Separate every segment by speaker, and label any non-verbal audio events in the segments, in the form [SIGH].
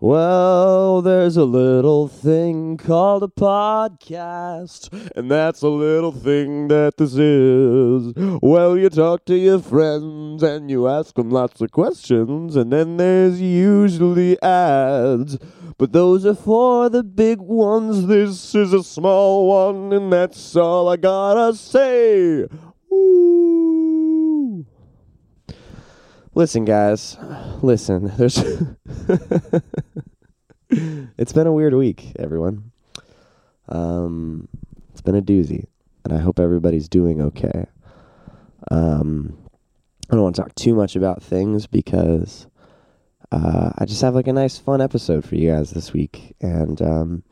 Speaker 1: Well, there's a little thing called a podcast, and that's a little thing that this is. Well, you talk to your friends and you ask them lots of questions, and then there's usually ads. But those are for the big ones. This is a small one, and that's all I gotta say. Ooh. Listen, guys. Listen, there's. it's been a weird week, everyone. Um, it's been a doozy, and I hope everybody's doing okay. Um, I don't want to talk too much about things because uh, I just have like a nice, fun episode for you guys this week, and um,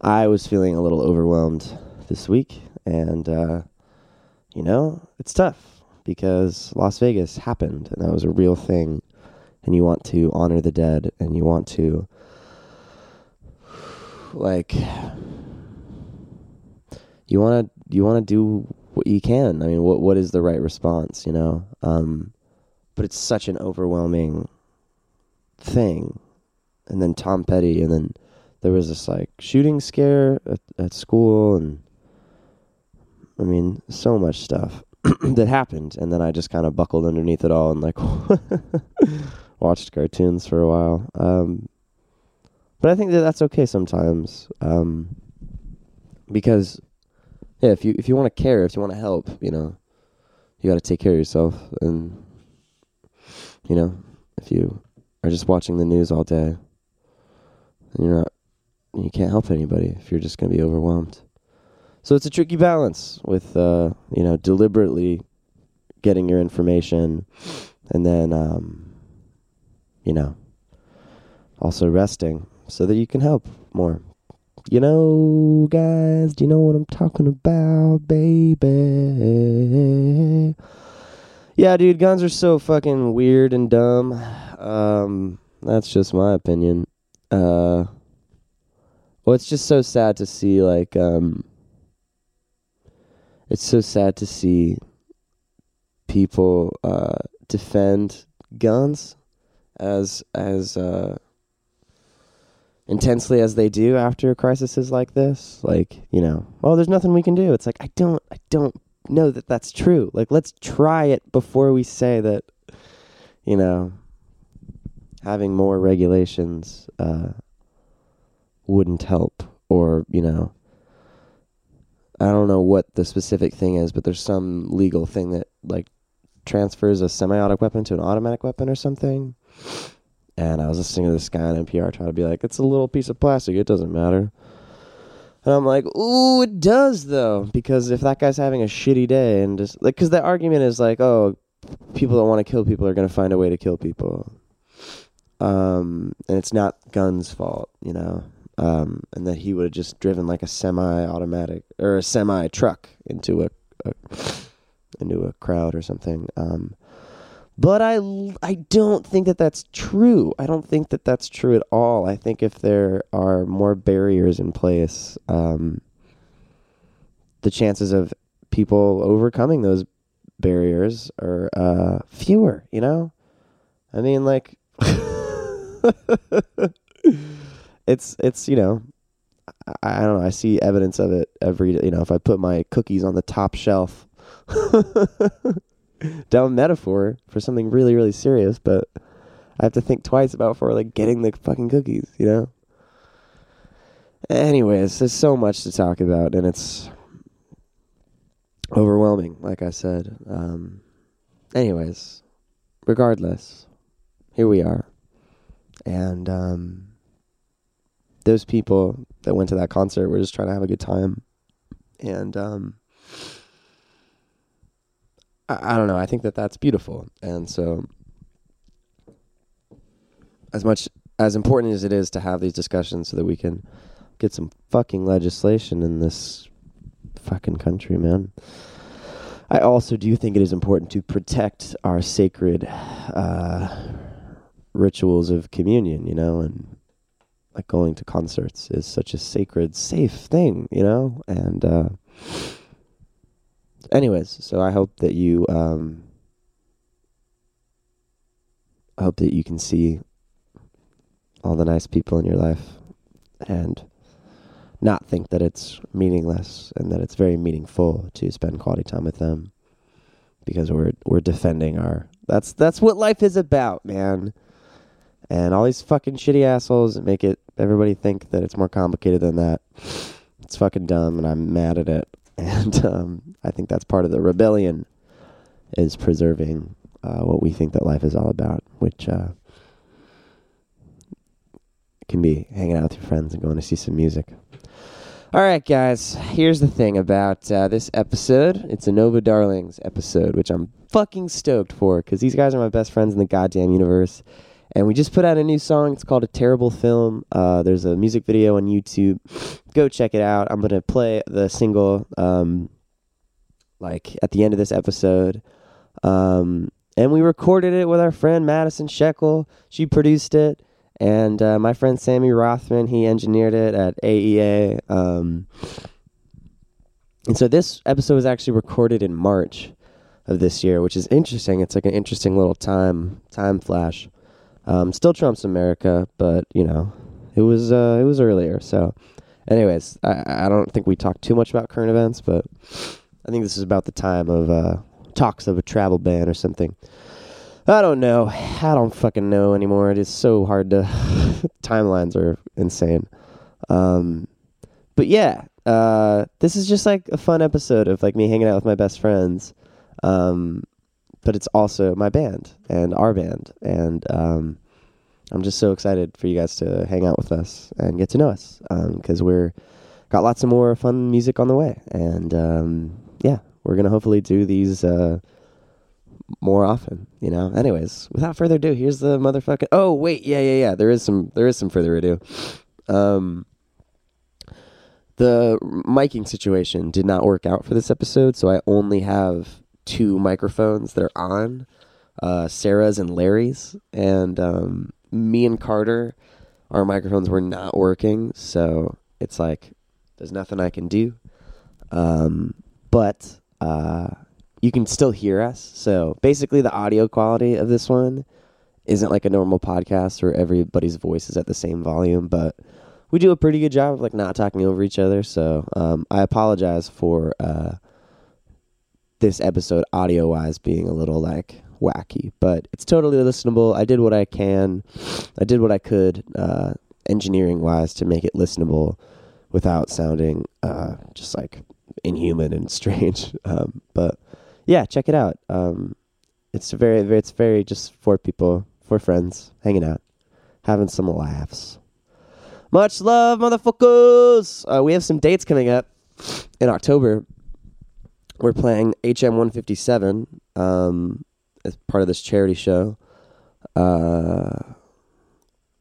Speaker 1: I was feeling a little overwhelmed this week, and uh, you know, it's tough because Las Vegas happened, and that was a real thing and you want to honor the dead and you want to like you want to you want to do what you can i mean what what is the right response you know um but it's such an overwhelming thing and then tom petty and then there was this like shooting scare at, at school and i mean so much stuff [CLEARS THROAT] that happened and then i just kind of buckled underneath it all and like [LAUGHS] watched cartoons for a while. Um, but I think that that's okay sometimes, um, because yeah, if you if you want to care, if you want to help, you know, you got to take care of yourself, and you know, if you are just watching the news all day, then you're not you can't help anybody if you're just gonna be overwhelmed. So it's a tricky balance with uh, you know deliberately getting your information, and then um, you know, also resting so that you can help more. You know, guys, do you know what I'm talking about, baby? Yeah, dude, guns are so fucking weird and dumb. Um, that's just my opinion. Uh, well, it's just so sad to see, like, um, it's so sad to see people, uh, defend guns as as uh, intensely as they do after crises like this. Like you know, oh, there's nothing we can do. It's like I don't I don't know that that's true. Like let's try it before we say that. You know, having more regulations uh, wouldn't help, or you know. I don't know what the specific thing is, but there's some legal thing that like transfers a semiotic weapon to an automatic weapon or something. And I was listening to this guy on NPR try to be like, it's a little piece of plastic, it doesn't matter. And I'm like, ooh, it does though, because if that guy's having a shitty day and just like, because the argument is like, oh, people that want to kill people are going to find a way to kill people, um, and it's not guns' fault, you know, um, and that he would have just driven like a semi-automatic or a semi truck into a, a into a crowd or something. Um, but I, l- I don't think that that's true. I don't think that that's true at all. I think if there are more barriers in place, um, the chances of people overcoming those barriers are uh, fewer, you know? I mean, like, it's, it's, you know, I, I don't know. I see evidence of it every, you know, if I put my cookies on the top shelf [LAUGHS] dumb metaphor for something really, really serious, but I have to think twice about for like getting the fucking cookies, you know? Anyways, there's so much to talk about and it's overwhelming, like I said. Um anyways, regardless, here we are. And um those people that went to that concert were just trying to have a good time. And um I, I don't know. I think that that's beautiful. And so, as much as important as it is to have these discussions so that we can get some fucking legislation in this fucking country, man. I also do think it is important to protect our sacred uh, rituals of communion, you know, and like going to concerts is such a sacred, safe thing, you know, and uh, anyways, so I hope that you um I hope that you can see all the nice people in your life and not think that it's meaningless and that it's very meaningful to spend quality time with them because we're we're defending our that's that's what life is about, man. And all these fucking shitty assholes that make it everybody think that it's more complicated than that. It's fucking dumb and I'm mad at it. [LAUGHS] And um, I think that's part of the rebellion is preserving uh, what we think that life is all about, which uh, can be hanging out with your friends and going to see some music. All right, guys. Here's the thing about uh, this episode. It's a Nova Darlings episode, which I'm fucking stoked for because these guys are my best friends in the goddamn universe. And we just put out a new song. It's called A Terrible Film. Uh, there's a music video on YouTube. Go check it out. I'm going to play the single um, like at the end of this episode. Um, and we recorded it with our friend Madison Shekel. She produced it. And uh, my friend Sammy Rothman, he engineered it at AEA. Um, and so this episode was actually recorded in March of this year, which is interesting. It's like an interesting little time time flash. Um, still trumps America, but you know, it was uh, it was earlier. So, anyways, I, I don't think we talked too much about current events, but I think this is about the time of uh, talks of a travel ban or something. I don't know. I don't fucking know anymore. It is so hard to. [LAUGHS] Timelines are insane. Um, but yeah, uh, this is just like a fun episode of like me hanging out with my best friends. Um, but it's also my band and our band, and um, I'm just so excited for you guys to hang out with us and get to know us because we're got lots of more fun music on the way, and um, yeah, we're gonna hopefully do these. Uh, more often, you know. Anyways, without further ado, here's the motherfucking. Oh wait, yeah, yeah, yeah. There is some. There is some further ado. Um, the miking situation did not work out for this episode, so I only have two microphones that are on, uh, Sarah's and Larry's, and um, me and Carter, our microphones were not working, so it's like there's nothing I can do. Um, but uh, you can still hear us. So basically, the audio quality of this one isn't like a normal podcast where everybody's voice is at the same volume, but we do a pretty good job of like not talking over each other. So um, I apologize for uh, this episode audio wise being a little like wacky, but it's totally listenable. I did what I can, I did what I could uh, engineering wise to make it listenable without sounding uh, just like inhuman and [LAUGHS] strange. Um, but yeah, check it out. Um, it's very, very- it's very just for people, for friends, hanging out, having some laughs. Much love, motherfuckers. Uh, we have some dates coming up in October. We're playing HM 157 um, as part of this charity show. Uh,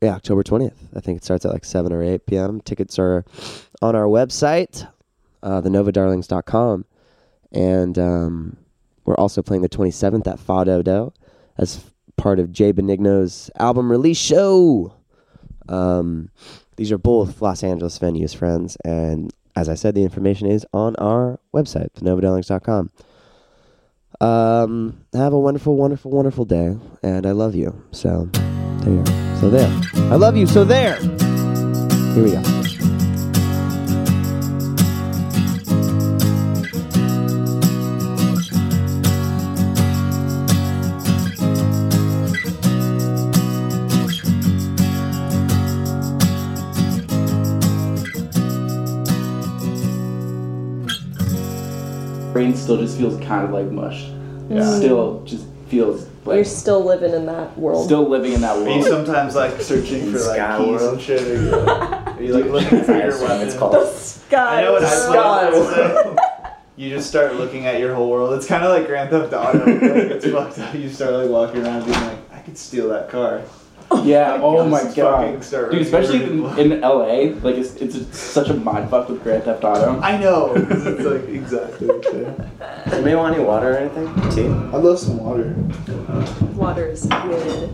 Speaker 1: yeah, October 20th. I think it starts at like 7 or 8 p.m. Tickets are on our website, uh, thenovadarlings.com. And um, we're also playing the 27th at Fadodo as f- part of Jay Benigno's album release show. Um, these are both Los Angeles venues, friends. And as I said, the information is on our website, thenovadarlings.com. Um, have a wonderful, wonderful, wonderful day. And I love you. So there you are. So there. I love you. So there. Here we go.
Speaker 2: brain still just feels kind of like mush. Still just feels
Speaker 3: You're
Speaker 2: like
Speaker 3: still living in that world.
Speaker 2: still living in that
Speaker 4: Are you
Speaker 2: world.
Speaker 4: sometimes like searching for like
Speaker 2: Sky
Speaker 4: keys
Speaker 2: World.
Speaker 4: and shit? Or you, are you like looking for your weapon?
Speaker 3: [LAUGHS] Sky.
Speaker 4: I know what
Speaker 3: is
Speaker 4: I love. [LAUGHS] You just start looking at your whole world. It's kind of like Grand Theft Auto. Like, [LAUGHS] it's fucked up. You start like walking around being like, I could steal that car.
Speaker 2: Yeah. Oh
Speaker 4: Just
Speaker 2: my
Speaker 4: fucking
Speaker 2: god.
Speaker 4: start
Speaker 2: Dude, especially in,
Speaker 4: recording.
Speaker 2: in LA, like it's it's such a mind fuck with Grand Theft Auto.
Speaker 4: I know. 'cause It's [LAUGHS] like exactly. the same.
Speaker 1: Anybody want any water or anything? Tea?
Speaker 4: I love some water.
Speaker 3: Water is good.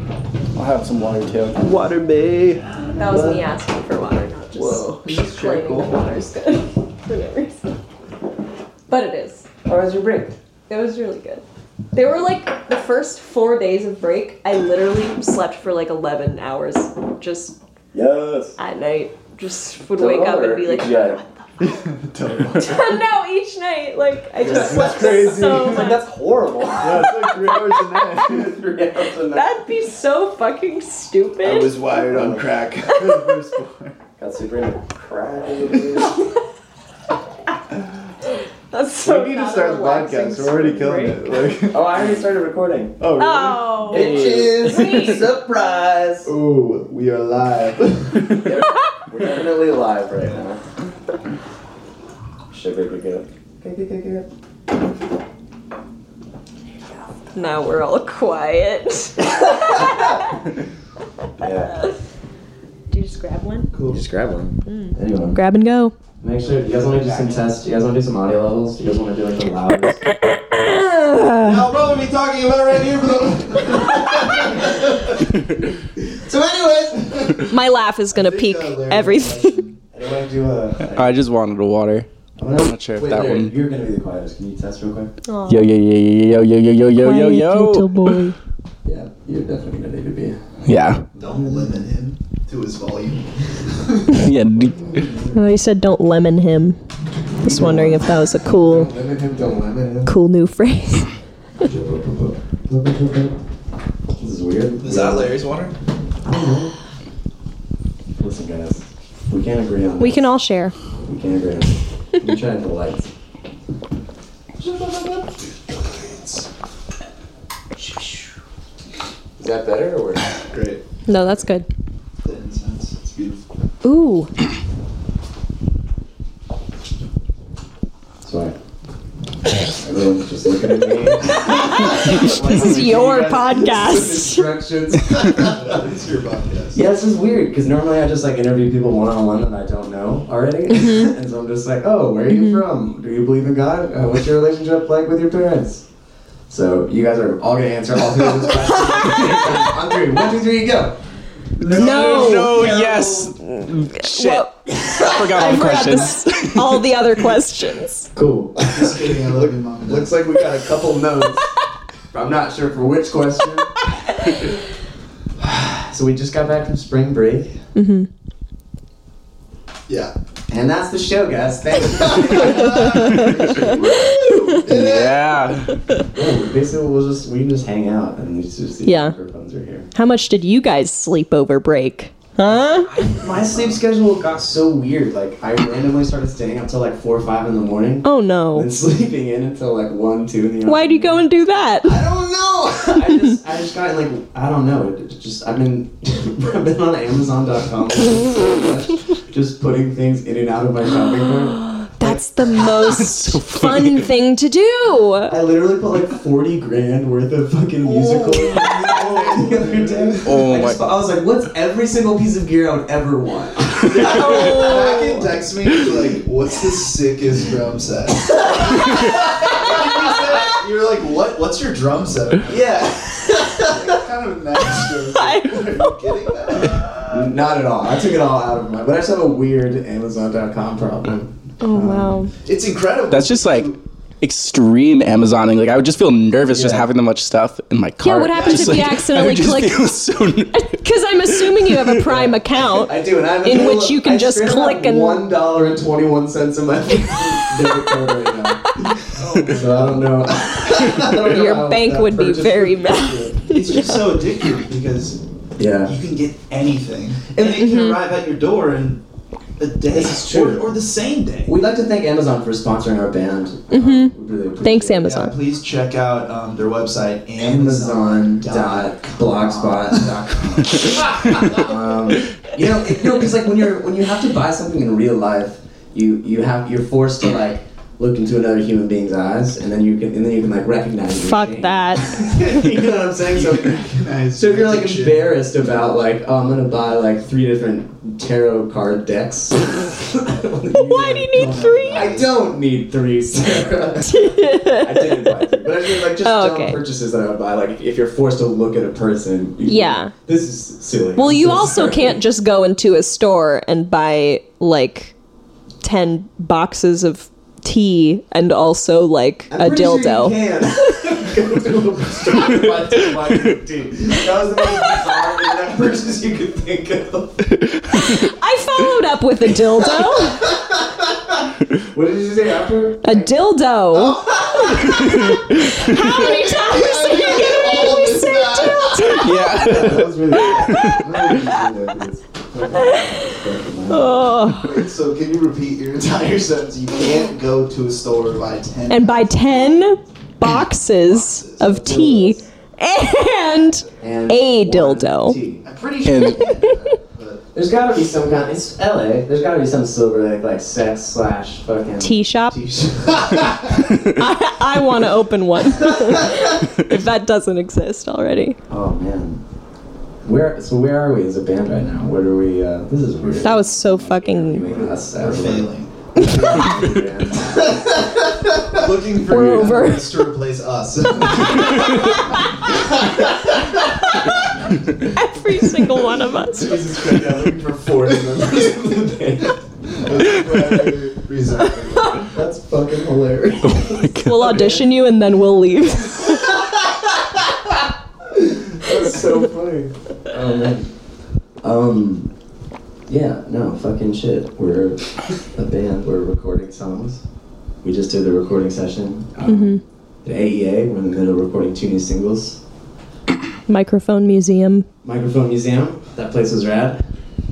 Speaker 2: I'll have some water too.
Speaker 4: Water, babe.
Speaker 3: That was me asking for water, not just
Speaker 4: Whoa.
Speaker 3: just claiming that water is good [LAUGHS] for no reason. But it is.
Speaker 1: How was your break?
Speaker 3: It was really good. They were like the first four days of break. I literally slept for like eleven hours, just
Speaker 1: Yes.
Speaker 3: at night just would
Speaker 1: Double
Speaker 3: wake up and
Speaker 1: or
Speaker 3: be like,
Speaker 1: each night?
Speaker 3: what the
Speaker 4: Double. yeah,
Speaker 3: fuck? [LAUGHS] no, each night. Like, I just
Speaker 1: That's
Speaker 3: slept
Speaker 1: crazy.
Speaker 3: so
Speaker 1: Like, [LAUGHS]
Speaker 3: much.
Speaker 1: that's horrible.
Speaker 4: it's [LAUGHS] like three hours a [LAUGHS] night.
Speaker 1: Three hours a night.
Speaker 3: That'd be so fucking stupid.
Speaker 4: I was wired on [LAUGHS] crack. Firstborn.
Speaker 1: Got super into crack. Dude,
Speaker 3: That's so
Speaker 4: we need to
Speaker 3: not
Speaker 4: start
Speaker 3: a
Speaker 4: the
Speaker 3: relaxing
Speaker 4: podcast. We're already
Speaker 3: spring
Speaker 4: killing
Speaker 3: break.
Speaker 4: [LAUGHS] it. Like,
Speaker 1: oh, I already started recording.
Speaker 4: oh, really?
Speaker 3: Oh.
Speaker 1: Bitches!
Speaker 3: Sweet.
Speaker 1: Surprise!
Speaker 4: Ooh, we are live. [LAUGHS]
Speaker 1: We're definitely live right now. Shit, baby, get up. Get, get, get, get up.
Speaker 3: Now we're all quiet. [LAUGHS]
Speaker 1: Yeah.
Speaker 3: Do you just grab one?
Speaker 1: You just grab one. Anyone.
Speaker 3: Grab and go.
Speaker 1: Make sure, you guys want to do some tests? You guys want to do some audio levels? You guys want to do like the loudest?
Speaker 4: I'll probably be talking about right here for the. so, anyways,
Speaker 3: My laugh is gonna peak everything.
Speaker 4: [LAUGHS]
Speaker 1: Anyone do a.
Speaker 2: I just wanted a water.
Speaker 1: I'm
Speaker 2: not sure if that one-
Speaker 1: You're gonna be the quietest. Can you test real quick?
Speaker 2: Yo yo yo yo yo yo yo yo yo yo.
Speaker 3: boy.
Speaker 1: Yeah, you're definitely gonna need to be.
Speaker 2: Yeah.
Speaker 4: Don't limit him to his volume.
Speaker 1: [LAUGHS]
Speaker 2: Yeah.
Speaker 3: [LAUGHS] Oh, you said don't lemon him. Just wondering if that was a cool,
Speaker 1: Limit him, don't limit him.
Speaker 3: cool new [LAUGHS] phrase.
Speaker 1: This is weird.
Speaker 4: Is that Larry's water?
Speaker 1: Listen, guys, we can't agree on.
Speaker 3: We
Speaker 1: this.
Speaker 3: can all share.
Speaker 1: We can't agree on. This. We're trying to lights. Is that better or worse?
Speaker 4: Great.
Speaker 3: No, that's good.
Speaker 4: The incense. It's beautiful.
Speaker 3: Ooh.
Speaker 1: Sorry. Everyone's just looking at [LAUGHS] me.
Speaker 3: This is your podcast.
Speaker 1: Instructions.
Speaker 4: it's your podcast.
Speaker 1: Yeah, this is weird because normally I just like interview people one on one that I don't know already, and so I'm just like, oh, where are you from? Do you believe in God? Uh, what's your relationship like with your parents? So you guys are all gonna answer all three of those questions. on three, one, two, three, go.
Speaker 3: No.
Speaker 1: Oh,
Speaker 2: No. Yes. Shit.
Speaker 3: Well,
Speaker 2: Forgot
Speaker 3: I
Speaker 2: one
Speaker 3: forgot
Speaker 2: question.
Speaker 3: this, all the other questions.
Speaker 1: Cool.
Speaker 4: Just kidding. I love you, mom.
Speaker 1: Looks like we got a couple notes. I'm not sure for which question. [SIGHS] so we just got back from spring break,
Speaker 3: Mm-hmm.
Speaker 4: yeah.
Speaker 1: and that's the show, guys. Thanks.
Speaker 2: Yeah.
Speaker 1: Yeah, Oh, basically, we'll just we can just hang out and we just see
Speaker 3: [LAUGHS] Yeah.
Speaker 1: if our phones are here.
Speaker 3: How much did you guys sleep over break? Huh?
Speaker 1: My sleep schedule got so weird. Like I randomly started staying up till like four or five in the morning, [LAUGHS]
Speaker 3: Oh
Speaker 1: and
Speaker 3: no.
Speaker 1: sleeping in until like one, two in the afternoon.
Speaker 3: Why'd you go and do that?
Speaker 1: I don't know. I just I just got like I don't know. It just I've been [LAUGHS] I've been on Amazon.com so much, just putting things in and out of my shopping cart. [LAUGHS]
Speaker 3: That's the most fun thing to do.
Speaker 1: I literally put like [LAUGHS] forty grand worth of fucking musical. the other day.
Speaker 2: Oh
Speaker 1: I,
Speaker 2: my-
Speaker 1: just, I was like, what's every single piece of gear I would ever want?
Speaker 4: Oh.
Speaker 1: Oh.
Speaker 3: Oh,
Speaker 4: Back in text me like, what's the sickest drum set? [LAUGHS] you said- you were like, what? What's your drum set?
Speaker 1: yeah.
Speaker 4: Like, kind of a nice joke.
Speaker 3: [LAUGHS]
Speaker 4: Are
Speaker 3: I
Speaker 4: you kidding? That?
Speaker 1: Not at all. I took it all out of my. But I just have a weird Amazon.com problem.
Speaker 3: Oh wow.
Speaker 4: It's incredible.
Speaker 2: That's just like extreme Amazoning. Like I would just feel nervous just
Speaker 1: Yeah.
Speaker 2: having that much stuff in my cart.
Speaker 3: what happens
Speaker 2: Just,
Speaker 3: if you
Speaker 2: like, [LAUGHS] I would
Speaker 3: accidentally
Speaker 2: just
Speaker 3: click-
Speaker 2: feel so ner-
Speaker 3: Because I'm assuming you have a Prime account.
Speaker 1: I do, and I'm
Speaker 3: In which you can just click and-
Speaker 1: one dollar and twenty one cents in my
Speaker 3: [LAUGHS]
Speaker 1: debit card right now. So I don't know. [LAUGHS] I don't know
Speaker 3: Your
Speaker 1: how
Speaker 3: bank
Speaker 1: that
Speaker 3: would be
Speaker 1: purchase
Speaker 3: very
Speaker 1: would
Speaker 3: mad.
Speaker 1: feel.
Speaker 4: It's just so addictive because
Speaker 1: Yeah.
Speaker 4: you can get anything, and it can arrive at your door in a day
Speaker 1: mm-hmm. This is true.
Speaker 4: Or, or the same day.
Speaker 1: We'd like to thank Amazon for sponsoring our band. Uh,
Speaker 3: Mhm.
Speaker 1: We really appreciate
Speaker 3: Thanks,
Speaker 1: it.
Speaker 4: Yeah,
Speaker 3: Amazon.
Speaker 4: please check out um, their website, [LAUGHS]
Speaker 1: Amazon.blogspot.com. um, you know, it, no, because like when you're when you have to buy something in real life, you you have you're forced to like look into another human being's eyes, and then you can and then you can like recognize. your
Speaker 3: Fuck
Speaker 1: shame.
Speaker 3: that.
Speaker 1: [LAUGHS] you know what I'm saying? So.
Speaker 4: Recognize
Speaker 1: So if you're like
Speaker 4: addiction.
Speaker 1: embarrassed about like, oh, I'm gonna buy like three different tarot card decks.
Speaker 3: [LAUGHS] Why do you need three?
Speaker 1: I don't need three, [LAUGHS] Sarah. [LAUGHS] I didn't buy three, but I mean like just
Speaker 3: Oh,
Speaker 1: dumb
Speaker 3: [LAUGHS] okay.
Speaker 1: purchases that I would buy. Like if, if you're forced to look at a person, you-
Speaker 3: Yeah.
Speaker 1: this is [LAUGHS] silly.
Speaker 3: Well,
Speaker 1: I'm
Speaker 3: you
Speaker 1: so
Speaker 3: also
Speaker 1: sorry.
Speaker 3: can't just go into a store and buy like 10 boxes of tea and also like
Speaker 1: I'm
Speaker 3: a
Speaker 1: pretty sure you
Speaker 3: dildo.
Speaker 4: [LAUGHS]
Speaker 1: can. Go [LAUGHS] to a store and buy two boxes of tea. That was the most bizarre internet purchase you could think of.
Speaker 3: I followed up with a dildo.
Speaker 1: What did you say after?
Speaker 3: A
Speaker 1: [LAUGHS]
Speaker 3: dildo.
Speaker 1: Oh.
Speaker 3: How many times did you get away with saying dildo?
Speaker 2: yeah.
Speaker 1: That was really [LAUGHS] good.
Speaker 3: Oh.
Speaker 4: So can you repeat your [LAUGHS] entire sentence? You can't go to a store and buy ten.
Speaker 3: And buy 10 boxes of tea and
Speaker 1: And
Speaker 3: A
Speaker 1: one
Speaker 3: dildo.
Speaker 1: tea.
Speaker 4: I'm pretty sure.
Speaker 2: And-
Speaker 1: There's gotta be some kind. It's LA. There's gotta be some silver like like sex slash fucking
Speaker 3: tea
Speaker 4: [LAUGHS]
Speaker 3: shop.
Speaker 1: T-shirt.
Speaker 3: I, [LAUGHS] I want to open
Speaker 1: [LAUGHS]
Speaker 3: one. if that doesn't exist already.
Speaker 1: oh man, where so where are we as a band right now? What are we? Uh, this is weird.
Speaker 3: That was so
Speaker 1: You
Speaker 3: fucking.
Speaker 1: make us sad.
Speaker 4: We're failing. [LAUGHS] Looking for
Speaker 3: We're
Speaker 4: new
Speaker 3: over.
Speaker 4: elements to replace
Speaker 3: [LAUGHS]
Speaker 4: us.
Speaker 3: Every single one of us.
Speaker 4: Jesus Christ, I'm looking for four members of the band. Resign.
Speaker 1: That's fucking hilarious.
Speaker 2: Oh my God.
Speaker 3: [LAUGHS] We'll audition you and then we'll leave.
Speaker 1: That's so funny. [LAUGHS] Oh man. Um. Yeah. No. Fucking shit. We're a band. We're recording songs. We just did the recording session.
Speaker 3: Mm-hmm.
Speaker 1: Um, The AEA. We're in the middle of recording two new singles.
Speaker 3: Microphone Museum.
Speaker 1: Microphone Museum. That place was rad.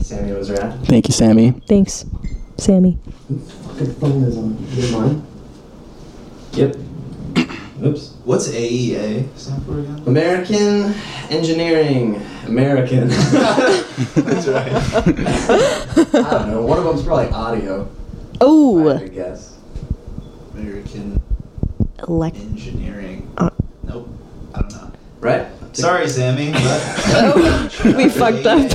Speaker 1: Sammy was rad.
Speaker 2: Thank you, Sammy.
Speaker 3: Thanks, Sammy.
Speaker 1: Fucking phone is on. Is it mine? Yep. [COUGHS] Oops.
Speaker 4: What's AEA? Stand for again?
Speaker 1: American Engineering. American.
Speaker 4: That's right.
Speaker 1: I don't know. One of them's probably audio. I
Speaker 3: Oh,
Speaker 1: had to guess.
Speaker 4: American
Speaker 3: elect. [LAUGHS]
Speaker 4: engineering.
Speaker 3: Uh.
Speaker 4: Nope. I don't know.
Speaker 1: Right?
Speaker 4: Sorry, Sammy. [LAUGHS]
Speaker 3: Oh, we fucked up.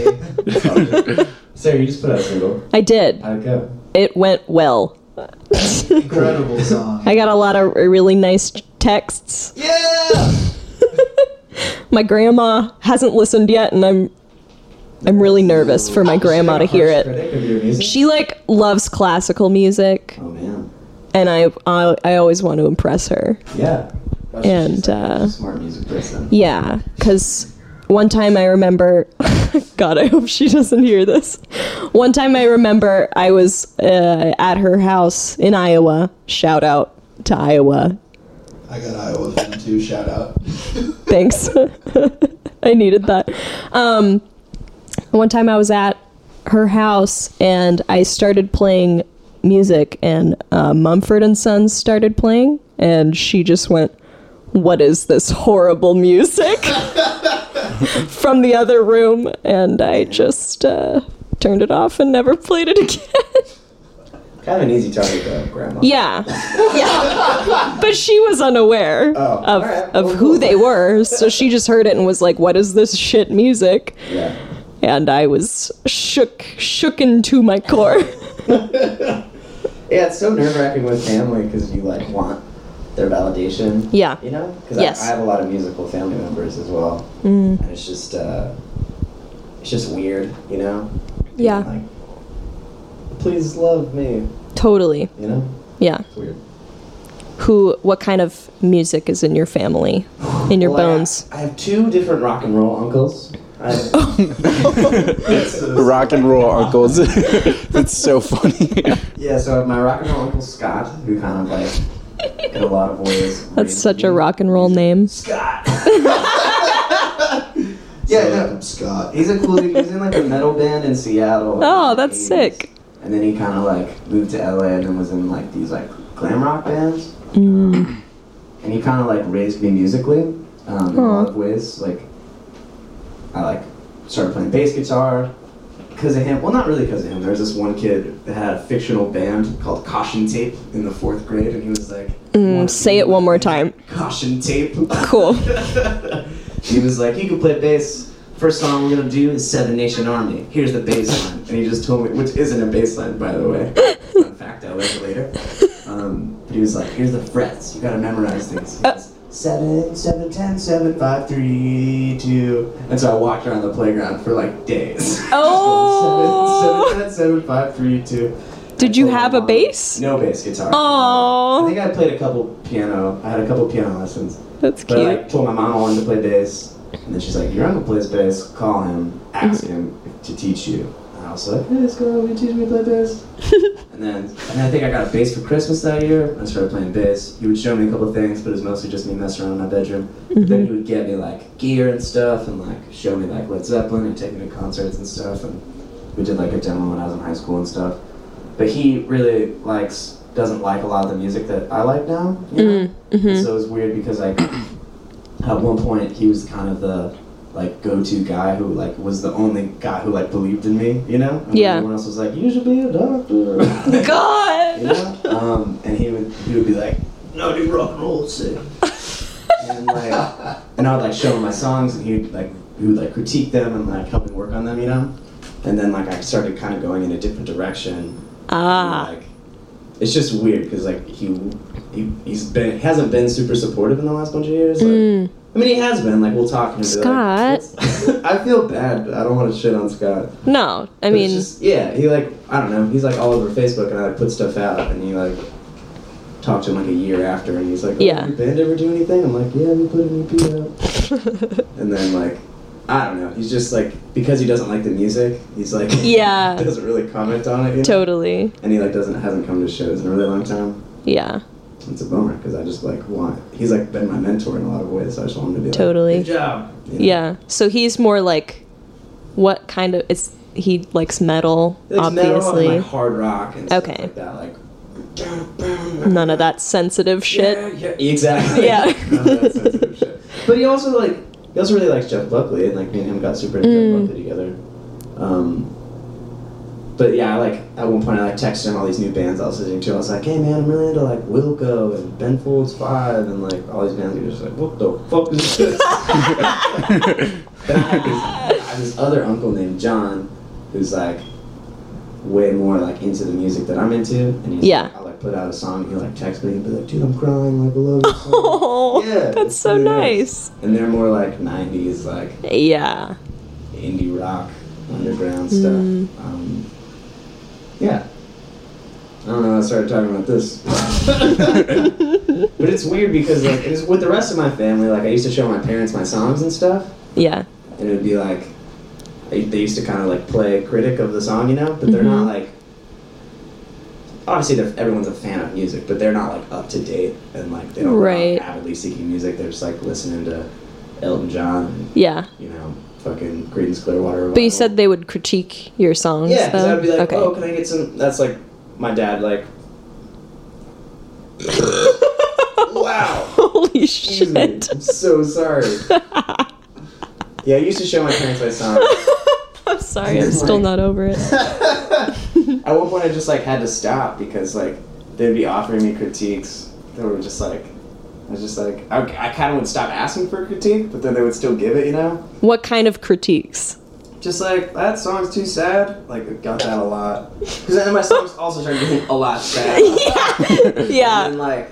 Speaker 4: up.
Speaker 1: Sarah, you just put out a single.
Speaker 3: I did.
Speaker 1: How'd it go?
Speaker 3: It went
Speaker 1: [LAUGHS]
Speaker 3: well. I
Speaker 4: Incredible song.
Speaker 3: got a lot of really nice texts.
Speaker 4: yeah.
Speaker 3: [LAUGHS] My grandma hasn't listened yet, and I'm, I'm really nervous for my grandma to hear
Speaker 1: Harsh
Speaker 3: it.
Speaker 1: Critic of your music?
Speaker 3: She like loves classical music,
Speaker 1: Oh man.
Speaker 3: and I, I, I always want to impress her.
Speaker 1: Yeah. That's what she
Speaker 3: And,
Speaker 1: said.
Speaker 3: uh,
Speaker 1: smart music person.
Speaker 3: Yeah, because one time I remember, [LAUGHS] God, I hope she doesn't hear this. One time I remember I was uh, at her house in Iowa. Shout out to Iowa.
Speaker 4: I got Iowa fan too. Shout out.
Speaker 3: Thanks. [LAUGHS] I needed that. Um, one time I was at her house and I started playing music, and uh, Mumford and Sons started playing, and she just went, "What is this horrible music?" [LAUGHS] from the other room, and I just uh, turned it off and never played it again. [LAUGHS]
Speaker 1: Kind of an easy target though, grandma.
Speaker 3: Yeah. Yeah. [LAUGHS] but she was unaware of,
Speaker 1: Oh. All right.
Speaker 3: of
Speaker 1: Well,
Speaker 3: who
Speaker 1: cool.
Speaker 3: they were. So she just heard it and was like, what is this shit music?
Speaker 1: Yeah.
Speaker 3: And I was shook, shooken to
Speaker 1: [LAUGHS]
Speaker 3: my core.
Speaker 1: Yeah, it's so nerve wracking with family because you like want their validation.
Speaker 3: Yeah.
Speaker 1: You know, because
Speaker 3: Yes. Mm.
Speaker 1: I, I have a lot of musical family members as well, and it's just uh, it's just weird, you know. Being
Speaker 3: Yeah.
Speaker 1: Like, please love me,
Speaker 3: Totally.
Speaker 1: you know.
Speaker 3: Yeah.
Speaker 1: It's weird.
Speaker 3: Who, what kind of music is in your family, in your
Speaker 1: Well, I-
Speaker 3: bones?
Speaker 1: I, have two different rock and roll uncles. I have,
Speaker 2: Rock and roll uncles. [LAUGHS] That's so funny.
Speaker 1: yeah, so I have my rock and roll uncle Scott, who kind of like in a lot of ways.
Speaker 3: [LAUGHS] That's such a rock and roll name.
Speaker 1: Scott.
Speaker 4: Yeah,
Speaker 1: So-
Speaker 4: yeah. Scott.
Speaker 1: He's a cool dude. He's in like a metal band in Seattle.
Speaker 3: Oh,
Speaker 1: in the
Speaker 3: that's
Speaker 1: 80s.
Speaker 3: sick.
Speaker 1: And then he kind of like moved to LA and then was in like these like glam rock bands.
Speaker 3: Mm.
Speaker 1: And he kind of like raised me musically um, in a lot
Speaker 3: Aw.
Speaker 1: of ways. Like I like started playing bass guitar because of him. Well, not really because of him. There was this one kid that had a fictional band called Caution Tape in the fourth grade, and he was like,
Speaker 3: Mm, say it one
Speaker 1: [LAUGHS]
Speaker 3: more time.
Speaker 1: Caution Tape.
Speaker 3: Cool.
Speaker 1: He was like, he could play bass. First song we're gonna do is Seven Nation Army. Here's [LAUGHS] the bass line. And he just told me, which isn't a bass line, by the [LAUGHS] way. Fun fact, I learned later. Um, but he was like, here's the frets. You gotta memorize these. He goes, Seven, seven, ten, seven, five, three, two. And so I walked around the playground for like days. [LAUGHS]
Speaker 3: Oh.
Speaker 1: seven, seven, ten, seven, five, three, two.
Speaker 3: Did you have a bass?
Speaker 1: No bass guitar. I
Speaker 3: Oh,
Speaker 1: think I played a couple piano. I had a couple piano lessons.
Speaker 3: that's
Speaker 1: But I
Speaker 3: cute.
Speaker 1: like, told my mom I wanted to play bass, and then she's like, "Your uncle plays bass. Call him, ask him to teach you." And I
Speaker 5: And I was like, hey, let's go, will you teach me to play bass? and then and I think I got a bass for Christmas that year. and I started playing bass. He would show me a couple things, but it was mostly just me messing around in my bedroom. But then he would get me like gear and stuff and like show me like Led Zeppelin and take me to concerts and stuff. And we did like a demo when I was in high school and stuff. But he really likes, doesn't like a lot of the music that I like now. you know?
Speaker 3: Mm, mm-hmm.
Speaker 5: And so it was weird because like at one point he was kind of the like go-to guy who like was the only guy who like believed in me, you know? And
Speaker 3: Yeah.
Speaker 5: Everyone else was like, you should be
Speaker 3: [LAUGHS]
Speaker 5: a doctor.
Speaker 3: God.
Speaker 5: [LAUGHS] You know? Um, and he would he would be like, "No, dude, rock and roll
Speaker 3: [LAUGHS]
Speaker 5: is sick." and like, and I would like show him my songs, and he would like he would like critique them and like help me work on them, you know. And then like I started kind of going in a different direction. Ah. Like, it's just weird because like he he he's been hasn't been super supportive in the last bunch of years. Like,
Speaker 3: mm.
Speaker 5: I mean, he has been. Like, we'll talk. And he'll be like, I feel bad. I don't want to shit on Scott.
Speaker 3: No, I
Speaker 5: But it's
Speaker 3: mean,
Speaker 5: just- yeah, he like I don't know. He's like all over Facebook, and I like put stuff out, and he like talked to him like a year after, and he's like, oh,
Speaker 3: Yeah.
Speaker 5: did your band ever do anything?" I'm like, "Yeah, we put an EP out,"
Speaker 3: [LAUGHS]
Speaker 5: and then like I don't know. He's just like because he doesn't like the music, he's like [LAUGHS]
Speaker 3: Yeah.
Speaker 5: doesn't really comment on it. You know?
Speaker 3: totally.
Speaker 5: And he like doesn't hasn't come to shows in a really long time.
Speaker 3: Yeah,
Speaker 5: It's a bummer because I just like want. He's like been my mentor in a lot of ways, so I just want him to be like,
Speaker 3: Totally.
Speaker 5: Good job. You know?
Speaker 3: yeah. So he's more like, what kind of? It's he likes metal,
Speaker 5: He likes metal and,
Speaker 3: obviously.
Speaker 5: like hard rock and
Speaker 3: [LAUGHS]
Speaker 5: stuff
Speaker 3: Okay.
Speaker 5: like that. Like
Speaker 3: None of that sensitive shit.
Speaker 5: Yeah, yeah, exactly.
Speaker 3: Yeah.
Speaker 5: None of that sensitive shit. [LAUGHS] But he also like he also really likes Jeff Buckley, and like me and him got super into Jeff Buckley together. Um, but yeah, I, like at one point I like texted him all these new bands I was listening to. I was like, hey man, I'm really into like Wilco and Ben Folds Five and like all these bands. You're just like, what the fuck is this? [LAUGHS] then I had this, I had this other uncle named John, who's like way more like into the music that I'm into, and he's
Speaker 3: Yeah.
Speaker 5: like, I like put out a song. He like texts me, he'd be like, dude, I'm crying, like I love
Speaker 3: [LAUGHS]
Speaker 5: your song.
Speaker 3: Oh,
Speaker 5: Yeah,
Speaker 3: that's
Speaker 5: it's
Speaker 3: so
Speaker 5: really
Speaker 3: nice.
Speaker 5: nice. and they're more like '90s like
Speaker 3: Yeah.
Speaker 5: indie rock, underground stuff. Um, yeah. I don't know. I started talking about this, but it's weird because like it's with the rest of my family. Like I used to show my parents my songs and stuff,
Speaker 3: Yeah.
Speaker 5: and it would be like they they used to kind of like play critic of the song, you know, but they're not
Speaker 3: Mm-hmm.
Speaker 5: like obviously they're, everyone's a fan of music, but they're not like up to date and like they don't go out
Speaker 3: Right.
Speaker 5: avidly seeking music. They're just like listening to Elton John, and,
Speaker 3: Yeah.
Speaker 5: you know, fucking Creedence Clearwater.
Speaker 3: But you
Speaker 5: Revival.
Speaker 3: said they would critique your songs.
Speaker 5: yeah, because
Speaker 3: though?
Speaker 5: I'd be like,
Speaker 3: okay.
Speaker 5: oh,
Speaker 3: [LAUGHS]
Speaker 5: can I get some? That's like my dad, like. wow.
Speaker 3: Holy
Speaker 5: Excuse me.
Speaker 3: shit.
Speaker 5: I'm so sorry. yeah, I used to show my parents my songs.
Speaker 3: [LAUGHS] I'm sorry, I'm still not over
Speaker 5: [LAUGHS]
Speaker 3: it.
Speaker 5: At one point, I just like had to stop because like they'd be offering me critiques that were just like, [LAUGHS] I was just like, I, I kind of would stop asking for a critique, but then they would still give it, you know?
Speaker 3: What kind of
Speaker 5: [LAUGHS]
Speaker 3: critiques?
Speaker 5: Just like that song's too sad. Like I got that a lot because then my songs also started getting a lot sad. And
Speaker 3: Yeah.
Speaker 5: then, like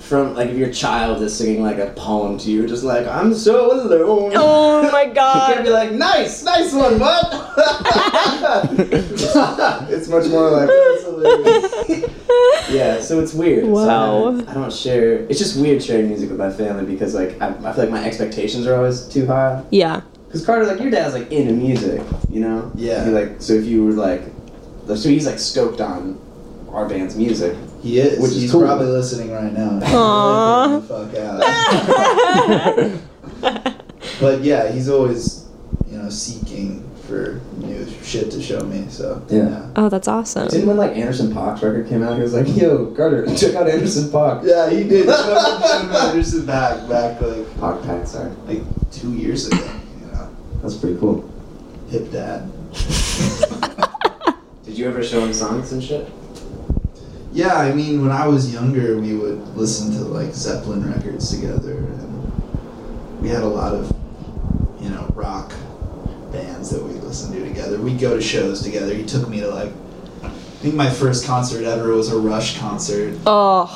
Speaker 5: from like if your child is singing like a poem to you, you're just like I'm so alone.
Speaker 3: Oh my
Speaker 5: You can't
Speaker 3: god.
Speaker 5: be like, nice, nice one, bud. [LAUGHS] it's much more like, "That's hilarious." yeah. So it's weird. So
Speaker 3: [LAUGHS]
Speaker 5: I
Speaker 3: Wow.
Speaker 5: don't- I don't share. It's just weird sharing music with my family because like I, I feel like my expectations are always too high.
Speaker 3: Yeah.
Speaker 5: Because Carter, like your dad's like into music, you know?
Speaker 4: Yeah.
Speaker 5: He, like so if you were like, so he's like stoked on our band's music.
Speaker 4: He is.
Speaker 5: Which is
Speaker 4: He's
Speaker 5: cool.
Speaker 4: probably listening
Speaker 1: [LAUGHS]
Speaker 4: right now.
Speaker 3: Aw.
Speaker 4: Fuck out. but yeah, he's always, you know, seeking for new shit to show me. So
Speaker 5: Yeah.
Speaker 3: [LAUGHS] Oh, that's
Speaker 5: Didn't
Speaker 3: awesome.
Speaker 5: when like Anderson Paak's record came out, he was like, "Yo, Carter, check out Anderson Paak."
Speaker 4: Yeah, he
Speaker 5: [LAUGHS]
Speaker 4: did. Anderson back back like
Speaker 5: Paak Paak, sorry.
Speaker 4: like two years ago. You know,
Speaker 5: That's pretty cool.
Speaker 4: hip dad.
Speaker 5: [LAUGHS] Did you ever show him songs and shit?
Speaker 4: Yeah, I mean, when I was younger, we would listen to like Zeppelin records together, and we had a lot of, you know, rock bands that we listened to together. We'd go to shows together. He took me to like, I think my first concert ever was a Rush concert.
Speaker 3: Oh,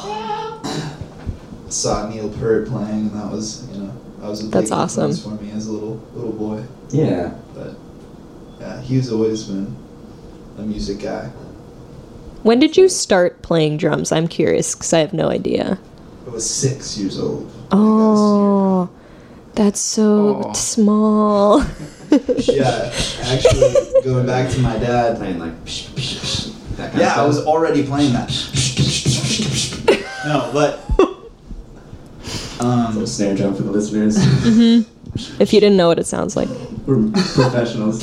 Speaker 4: Saw Neil Peart playing, and that was, you know, that was a big
Speaker 3: That's awesome.
Speaker 4: influence for me as a little little boy.
Speaker 5: Yeah.
Speaker 4: But yeah, he's always been a music guy.
Speaker 3: when did you start playing drums? I'm curious because I have no idea.
Speaker 4: I was six years old. when I got a snare.
Speaker 3: Oh, that's so
Speaker 6: Aw.
Speaker 3: small.
Speaker 4: yeah,
Speaker 2: [LAUGHS]
Speaker 4: actually, going back to my dad,
Speaker 1: playing like psh, psh, psh, that kind
Speaker 4: Yeah, I
Speaker 1: of
Speaker 4: was
Speaker 1: stuff.
Speaker 4: already playing that. no, but um,
Speaker 1: little snare drum for the listeners.
Speaker 3: If you didn't know what it sounds like,
Speaker 1: We're professionals.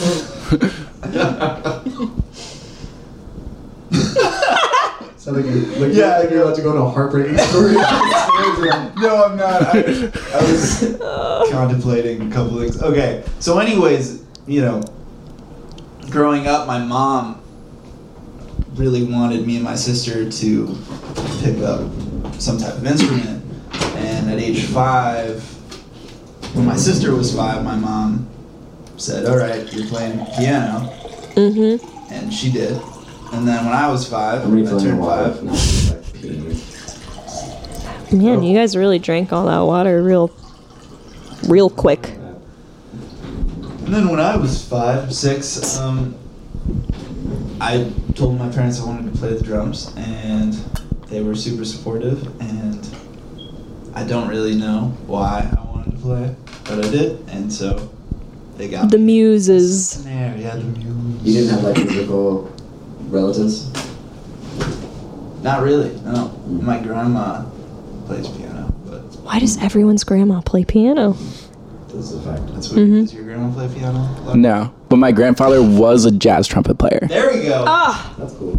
Speaker 1: Sound like you're, like,
Speaker 4: Yeah,
Speaker 1: yeah, like you're about to go on a heartbreaking story. Snare drum.
Speaker 4: [LAUGHS] no, I'm not. I, I was contemplating a couple things. Okay, so anyways, you know, growing up, my mom really wanted me and my sister to pick up some type of instrument, and at age five, when my sister was five, my mom said, "All right, you're playing piano."
Speaker 3: mm-hmm.
Speaker 4: and she did. And then when I was five,
Speaker 1: I'm
Speaker 4: I
Speaker 1: refilling the
Speaker 4: turned
Speaker 1: water.
Speaker 4: five.
Speaker 1: No, it's like peeing.
Speaker 3: Man, you guys really drank all that water real, real quick.
Speaker 4: And then when I was five, six, um, I told my parents I wanted to play the drums, and they were super supportive. And I don't really know why I wanted to play, but I did, and so they got
Speaker 3: The
Speaker 4: me.
Speaker 3: muses.
Speaker 4: snare. Yeah, the muse.
Speaker 1: You didn't have like musical relatives?
Speaker 4: Not really. No,
Speaker 1: Oh.
Speaker 4: my grandma plays piano, but
Speaker 3: Why does everyone's grandma play piano?
Speaker 1: That's a fact.
Speaker 4: that's what.
Speaker 3: Mhm.
Speaker 4: Does your grandma play piano?
Speaker 2: No, but my grandfather was a jazz trumpet player,
Speaker 4: There we go. [LAUGHS]
Speaker 3: Ah,
Speaker 1: That's cool.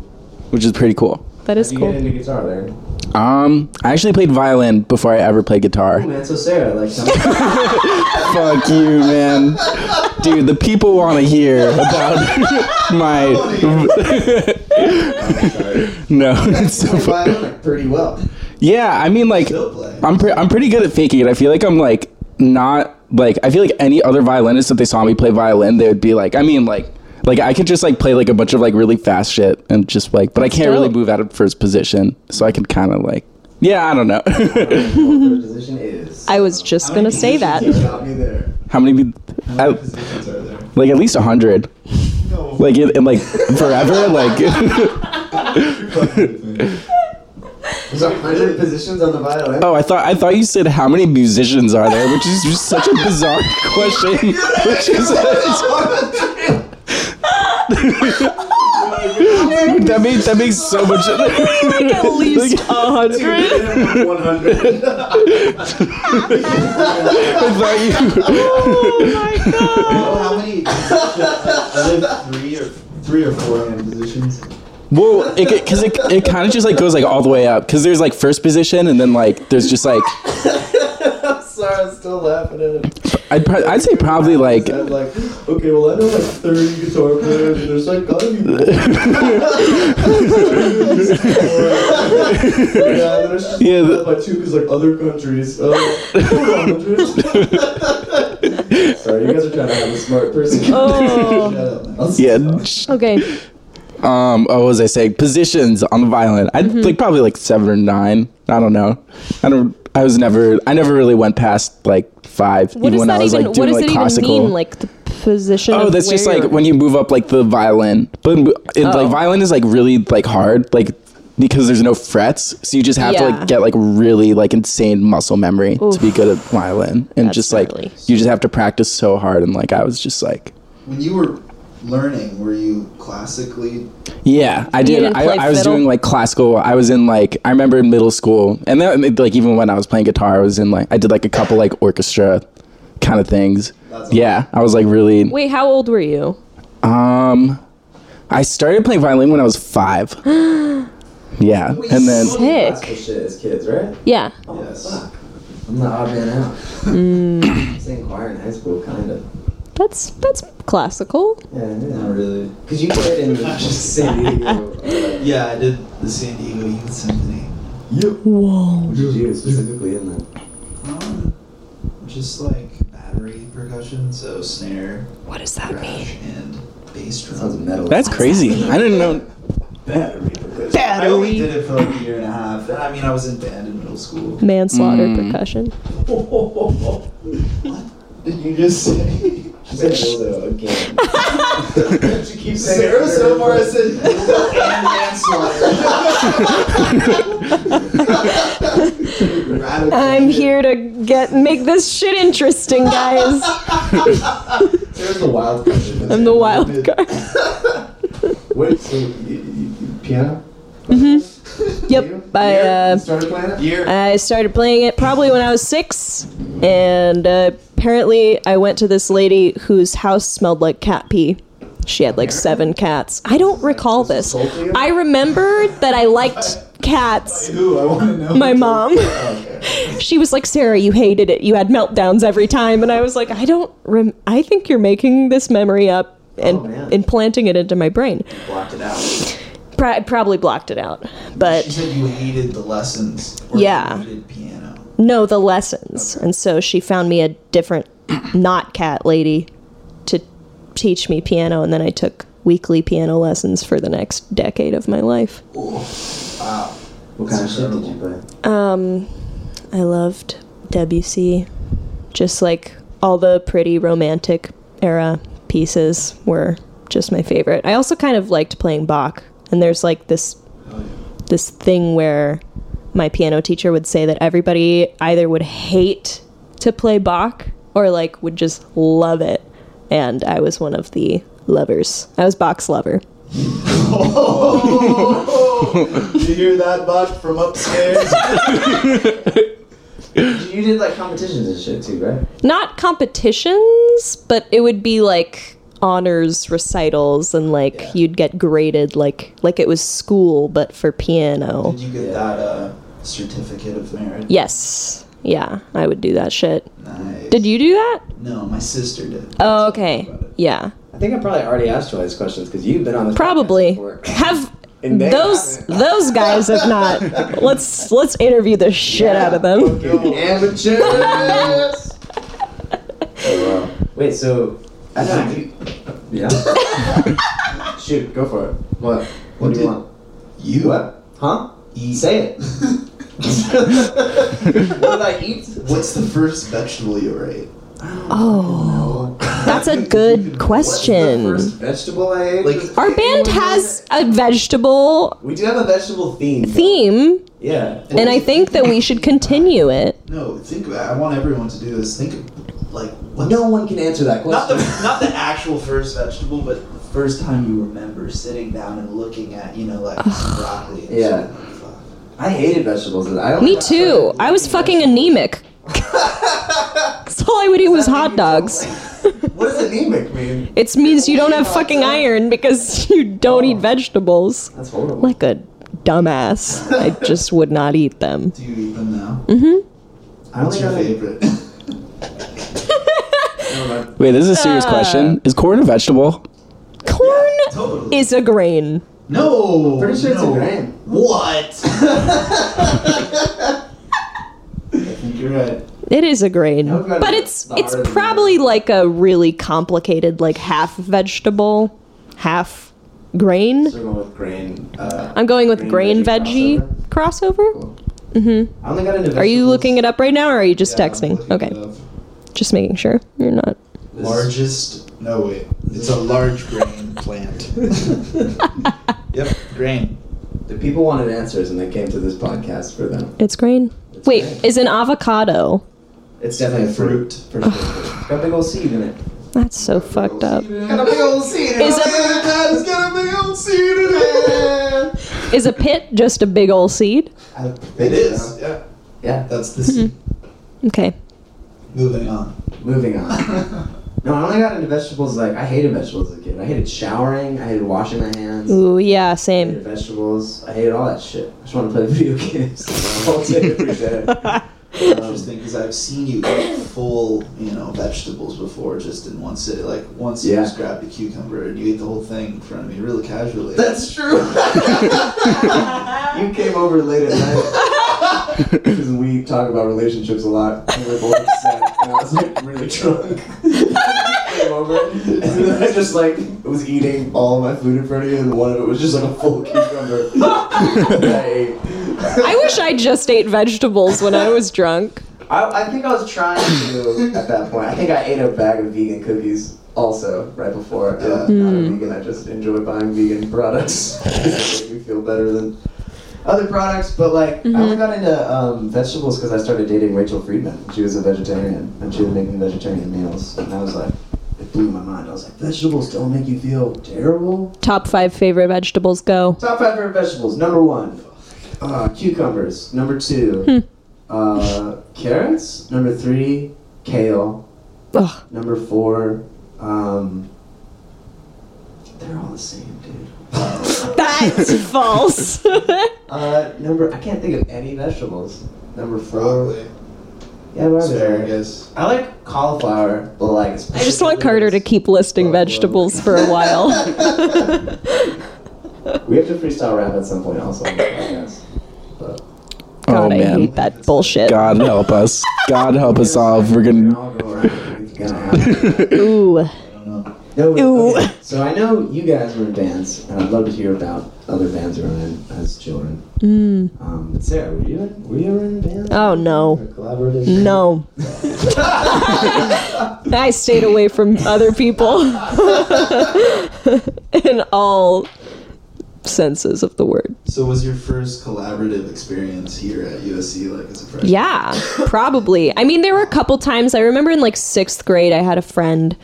Speaker 2: which is pretty cool.
Speaker 3: that is
Speaker 1: How'd you
Speaker 3: cool.
Speaker 1: get into guitar, Larry?
Speaker 2: Um, I actually played violin before I ever played
Speaker 1: Oh
Speaker 2: guitar.
Speaker 1: man, so Sarah, like, tell me-
Speaker 2: [LAUGHS] Fuck you, man. Dude, the people want to hear about [LAUGHS] my.
Speaker 1: [LAUGHS]
Speaker 2: no, it's so fu-
Speaker 1: violin like, pretty well.
Speaker 2: [LAUGHS] yeah. I mean, like,
Speaker 4: Still play.
Speaker 2: I'm pre- I'm pretty good at faking it. I feel like I'm like not like I feel like any other violinist if they saw me play violin, they would be like, I mean, like. Like I could just like play like a bunch of like really fast shit and just like, but I can't really
Speaker 3: dope.
Speaker 2: move out of first position, so I can kind of like, yeah, I don't know. [LAUGHS]
Speaker 1: Your position is.
Speaker 3: I was just gonna say that.
Speaker 4: You got me there.
Speaker 2: How many? be-
Speaker 1: Oh.
Speaker 4: How many
Speaker 2: I-
Speaker 4: positions are there?
Speaker 2: like at least a hundred.
Speaker 4: No.
Speaker 2: Like in, in like forever. Like
Speaker 1: There's a hundred positions on the violin.
Speaker 2: oh, I thought I thought you said how many musicians are there, which is just such a bizarre [LAUGHS] question. Which is [LAUGHS]
Speaker 4: [LAUGHS]
Speaker 2: that makes that makes so much.
Speaker 3: like [LAUGHS] at least a hundred.
Speaker 4: [LAUGHS]
Speaker 1: One [LAUGHS] hundred.
Speaker 2: I thought you.
Speaker 4: Oh, how many? I live three or three or four in positions.
Speaker 2: Well, because it, it, kind of just like goes like all the way up because there's like first position and then like there's just like
Speaker 1: Sarah's still laughing at it.
Speaker 2: I'd pro- I'd say probably like
Speaker 1: I'm like, okay, well, I know like 30 guitar players, and there's like gotta be more. [LAUGHS] yeah, and there's just
Speaker 2: Yeah,
Speaker 1: yeah,
Speaker 2: the-
Speaker 1: by two because like other countries. Uh,
Speaker 2: [LAUGHS]
Speaker 1: 400. Sorry, you guys are trying to have a smart person. [LAUGHS]
Speaker 3: Oh.
Speaker 1: I'll s-
Speaker 2: yeah.
Speaker 3: Okay.
Speaker 2: um oh, what was i saying positions on the violin i
Speaker 3: Mm-hmm.
Speaker 2: would like probably like seven or nine i don't know i don't i was never i never really went past like five
Speaker 3: What does
Speaker 2: when
Speaker 3: that
Speaker 2: i was
Speaker 3: even?
Speaker 2: like
Speaker 3: what
Speaker 2: doing
Speaker 3: does
Speaker 2: like
Speaker 3: it
Speaker 2: classical
Speaker 3: even mean? Like the position.
Speaker 2: oh
Speaker 3: of
Speaker 2: that's just
Speaker 3: where
Speaker 2: like
Speaker 3: you're-
Speaker 2: when you move up like the violin but in- in,
Speaker 3: Oh.
Speaker 2: like violin is like really like hard like because there's no frets so you just have to
Speaker 3: Yeah.
Speaker 2: like get like really like insane muscle memory to be good at violin and
Speaker 3: That's
Speaker 2: just like
Speaker 3: gnarly.
Speaker 2: you just have to practice so hard and like i was just like
Speaker 4: When you were learning, were you classically?
Speaker 2: Yeah, I did.
Speaker 3: didn't
Speaker 2: I,
Speaker 3: play
Speaker 2: I was
Speaker 3: fiddle?
Speaker 2: doing like classical. I was in like I remember in middle school, and then like even when I was playing guitar, I was in like I did like a couple like orchestra kind of things.
Speaker 4: That's
Speaker 2: yeah, I was like really.
Speaker 3: Wait, how old were you?
Speaker 2: Um, I started playing violin when I was five.
Speaker 3: [GASPS]
Speaker 2: yeah, and then
Speaker 3: Pick.
Speaker 1: Classical Oh, shit as kids, right?
Speaker 3: Yeah.
Speaker 4: Yes.
Speaker 1: I'm the odd man out. [LAUGHS] I sang choir in high school, kind of.
Speaker 3: That's that's classical.
Speaker 1: Yeah, yeah.
Speaker 4: Not really.
Speaker 1: Because you played in the San Diego. [LAUGHS] uh,
Speaker 4: Yeah, I did the San Diego Youth Symphony.
Speaker 3: Whoa.
Speaker 1: What did you do specifically in that?
Speaker 4: Um, just like battery percussion, so snare,
Speaker 3: What does that mean?
Speaker 4: crash, and bass drum.
Speaker 1: Sounds metal.
Speaker 2: that's crazy. I didn't know.
Speaker 1: battery.
Speaker 4: I only did it for like a year and a half, and I mean I was in band in
Speaker 1: [LAUGHS]
Speaker 4: middle school.
Speaker 3: Manslaughter
Speaker 2: Mm.
Speaker 3: percussion.
Speaker 4: What did you just say?
Speaker 1: She said dildo again. she keeps saying
Speaker 4: Sarah so far has said [LAUGHS] and
Speaker 3: I'm here to get make this shit interesting, guys.
Speaker 4: There's the wild card. in this.
Speaker 3: I'm the wild card.
Speaker 1: Wait, so you, you, you- piano? You?
Speaker 3: Yep. I uh,
Speaker 1: Started playing it?
Speaker 4: Year.
Speaker 3: I started playing it probably when I was six, and uh, apparently I went to this lady whose house smelled like cat pee. She had like seven cats. I don't recall this. I remembered that I liked cats.
Speaker 4: Ooh, I want to know.
Speaker 3: [LAUGHS] My
Speaker 4: [LAUGHS]
Speaker 3: mom. She was like, Sarah, you hated it. You had meltdowns every time. And I was like, I don't, rem- I think you're making this memory up and
Speaker 1: man.
Speaker 3: implanting it into my brain.
Speaker 4: Oh, blocked it out.
Speaker 3: Pro- I probably blocked it out.
Speaker 4: She
Speaker 3: But
Speaker 4: said you hated the lessons. Or
Speaker 3: Yeah.
Speaker 4: You hated piano.
Speaker 3: no, the lessons. And so she found me a different, [CLEARS THROAT] not cat lady to teach me piano. And then I took weekly piano lessons for the next decade of my life.
Speaker 4: Wow.
Speaker 1: What kind of shit did you play?
Speaker 3: Um, I loved Debussy. Just like all the pretty romantic era pieces were just my favorite. I also kind of liked playing Bach, and there's like this this thing where my piano teacher would say that everybody either would hate to play Bach or like would just love it, and I was one of the lovers. I was Bach's lover.
Speaker 4: you hear that, bud, from upstairs?
Speaker 1: You did like competitions and shit too, right?
Speaker 3: not competitions, but it would be like honors recitals and like you'd get graded like like it was school but for
Speaker 4: [LAUGHS]
Speaker 3: piano.
Speaker 4: Did you get that uh, certificate of merit?
Speaker 3: Yes. Yeah, I would do that shit.
Speaker 4: Nice.
Speaker 3: Did you do that?
Speaker 4: No, my sister did.
Speaker 3: Oh, okay. Yeah.
Speaker 1: I think I probably already asked you all these questions because you've been on this podcast
Speaker 3: Probably.
Speaker 1: before.
Speaker 3: Have
Speaker 1: And they
Speaker 3: those
Speaker 1: haven't.
Speaker 3: those guys if
Speaker 1: [LAUGHS]
Speaker 3: not. Let's let's interview the shit out of them.
Speaker 1: Fucking amateurs. oh, wow. Wait, so I know you. Yeah. Shoot, go for it. What? What, do you
Speaker 4: did-
Speaker 1: want?
Speaker 4: You
Speaker 1: What? Huh?
Speaker 4: eat.
Speaker 1: Say it. what did I eat?
Speaker 4: What's the first vegetable you ever ate?
Speaker 3: Oh. That's a good question.
Speaker 1: First vegetable I ate.
Speaker 4: Like-
Speaker 1: was-
Speaker 3: Our band has a vegetable
Speaker 1: We do have a vegetable theme.
Speaker 3: theme
Speaker 1: Yeah.
Speaker 3: And I think that we should continue it.
Speaker 4: No, think about. I want everyone to do this. Think of like what.
Speaker 1: No one can answer that
Speaker 4: Not the
Speaker 1: question.
Speaker 4: not
Speaker 1: [LAUGHS]
Speaker 4: the actual first vegetable, but the first time you remember sitting down and looking at you know like broccoli. And
Speaker 1: Yeah.
Speaker 4: shit. Fuck.
Speaker 1: I hated vegetables. I don't
Speaker 3: Me too. I was fucking anemic. [LAUGHS] That's all I would eat was hot dogs.
Speaker 1: What does anemic mean?
Speaker 3: It means you don't have fucking iron because [LAUGHS] you don't eat vegetables.
Speaker 1: That's horrible.
Speaker 3: Like a dumbass. I just would not eat them.
Speaker 4: Do you eat them now?
Speaker 1: I
Speaker 4: What's
Speaker 1: only
Speaker 4: your
Speaker 1: got a-
Speaker 4: [LAUGHS] favorite?
Speaker 2: Wait, this is a
Speaker 3: Uh.
Speaker 2: serious question. Is corn a vegetable?
Speaker 3: Corn
Speaker 4: totally.
Speaker 3: is a grain.
Speaker 4: no.
Speaker 1: Pretty sure it's a
Speaker 4: no.
Speaker 1: grain.
Speaker 4: [LAUGHS] What? I think you're right.
Speaker 3: It is a grain.
Speaker 1: I've got
Speaker 3: But
Speaker 1: it.
Speaker 3: it's
Speaker 1: The
Speaker 3: it's
Speaker 1: hard-
Speaker 3: probably like a really complicated like half vegetable, half grain.
Speaker 1: We're going with grain. Uh,
Speaker 3: I'm going with
Speaker 1: Green
Speaker 3: grain,
Speaker 1: veggie
Speaker 3: veggie, crossover.
Speaker 1: I only got into vegetables.
Speaker 3: Are you looking it up right now or are you just
Speaker 4: Yeah, I'm
Speaker 3: texting?
Speaker 4: looking
Speaker 3: Okay.
Speaker 4: it up.
Speaker 3: Just making sure you're not.
Speaker 4: Largest? No wait, it's a large grain [LAUGHS] plant. yep, grain.
Speaker 1: The people wanted answers and they came to this podcast for them.
Speaker 3: It's grain. Wait, is an avocado?
Speaker 1: It's definitely a fruit. For sure. It's got a big old seed in it.
Speaker 3: That's so fucked up.
Speaker 1: Got a big old seed in
Speaker 3: Is
Speaker 1: it.
Speaker 3: a
Speaker 1: It's got a big old seed in it.
Speaker 3: is a pit just a big old seed?
Speaker 4: It is. Yeah,
Speaker 1: Yeah.
Speaker 4: that's the. seed.
Speaker 3: Okay.
Speaker 4: Moving on.
Speaker 1: Moving on. No, I only got into vegetables like I hated vegetables as a kid. I hated showering. I hated washing my hands.
Speaker 3: Ooh yeah,
Speaker 1: I hated
Speaker 3: same.
Speaker 1: vegetables. I hated all that shit. I just want to play video games all day every day.
Speaker 4: Interesting, because I've seen you eat full, you know, vegetables before, just in one sitting. Like once you
Speaker 1: Yeah.
Speaker 4: just grabbed a cucumber and you ate the whole thing in front of me, really casually.
Speaker 1: That's true. you came over late at night. Because we talk about relationships a lot. And we were both upset. And I was like really drunk. came over. And then I just like was eating all my food in front of you. And one of it was just like a full cucumber. that I ate.
Speaker 3: I wish I just ate vegetables when I was drunk.
Speaker 1: I, I think I was trying to at that point. I think I ate a bag of vegan cookies also right before. And I'm not a vegan. I just enjoy buying vegan products. They make me feel better than other products. But like, I only got into um, vegetables because I started dating Rachel Friedman. She was a vegetarian and she was making vegetarian meals, and I was like, it blew my mind. I was like, vegetables don't make you feel terrible.
Speaker 3: Top five favorite vegetables go.
Speaker 1: Top five favorite vegetables. Number one, uh, cucumbers. Number two, uh, carrots. Number three, kale.
Speaker 3: Ugh.
Speaker 1: Number four, um, they're all the same, dude. [LAUGHS]
Speaker 3: That's false. [LAUGHS]
Speaker 1: Uh, number I can't think of any vegetables. Number four,
Speaker 4: Broccoli.
Speaker 1: yeah, we're
Speaker 4: Sure, I
Speaker 1: there.
Speaker 4: guess.
Speaker 1: I like cauliflower, but like
Speaker 3: I just want Carter to keep listing vegetables for a while.
Speaker 1: We have to freestyle rap at some point, also. on the podcast. But
Speaker 2: oh
Speaker 3: [LAUGHS] God, I
Speaker 2: man.
Speaker 3: hate that bullshit.
Speaker 2: God help us. God help us all. if We're
Speaker 1: we can
Speaker 2: gonna.
Speaker 1: all go around. It's gonna happen.
Speaker 3: Ooh.
Speaker 4: I don't know.
Speaker 1: No, wait,
Speaker 3: Ew.
Speaker 1: okay. So I know you guys were in bands, and I'd love to hear about other bands you were in as children. Um, but Sarah, were you in, were you ever in a band?
Speaker 3: Oh, no.
Speaker 1: Or collaborative?
Speaker 3: No. [LAUGHS] I stayed away from other people [LAUGHS] in all senses of the word.
Speaker 4: So was your first collaborative experience here at USC like as a freshman?
Speaker 3: Yeah, probably. I mean, there were a couple times I remember in like sixth grade, I had a friend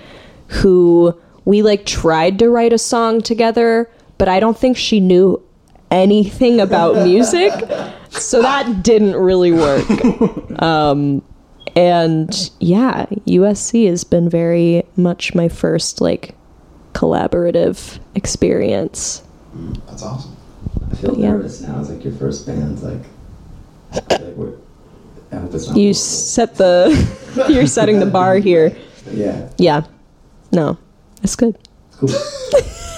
Speaker 3: who we like tried to write a song together, but I don't think she knew anything about music. So that didn't really work. Um, and yeah, USC has been very much my first like collaborative experience.
Speaker 4: That's awesome.
Speaker 1: I feel
Speaker 3: Yeah.
Speaker 1: nervous now. It's like your first band. Like, like we're, I hope it's not
Speaker 3: You
Speaker 1: horrible.
Speaker 3: set the, [LAUGHS] you're setting the bar here.
Speaker 1: yeah,
Speaker 3: Yeah. No, it's good.
Speaker 1: cool,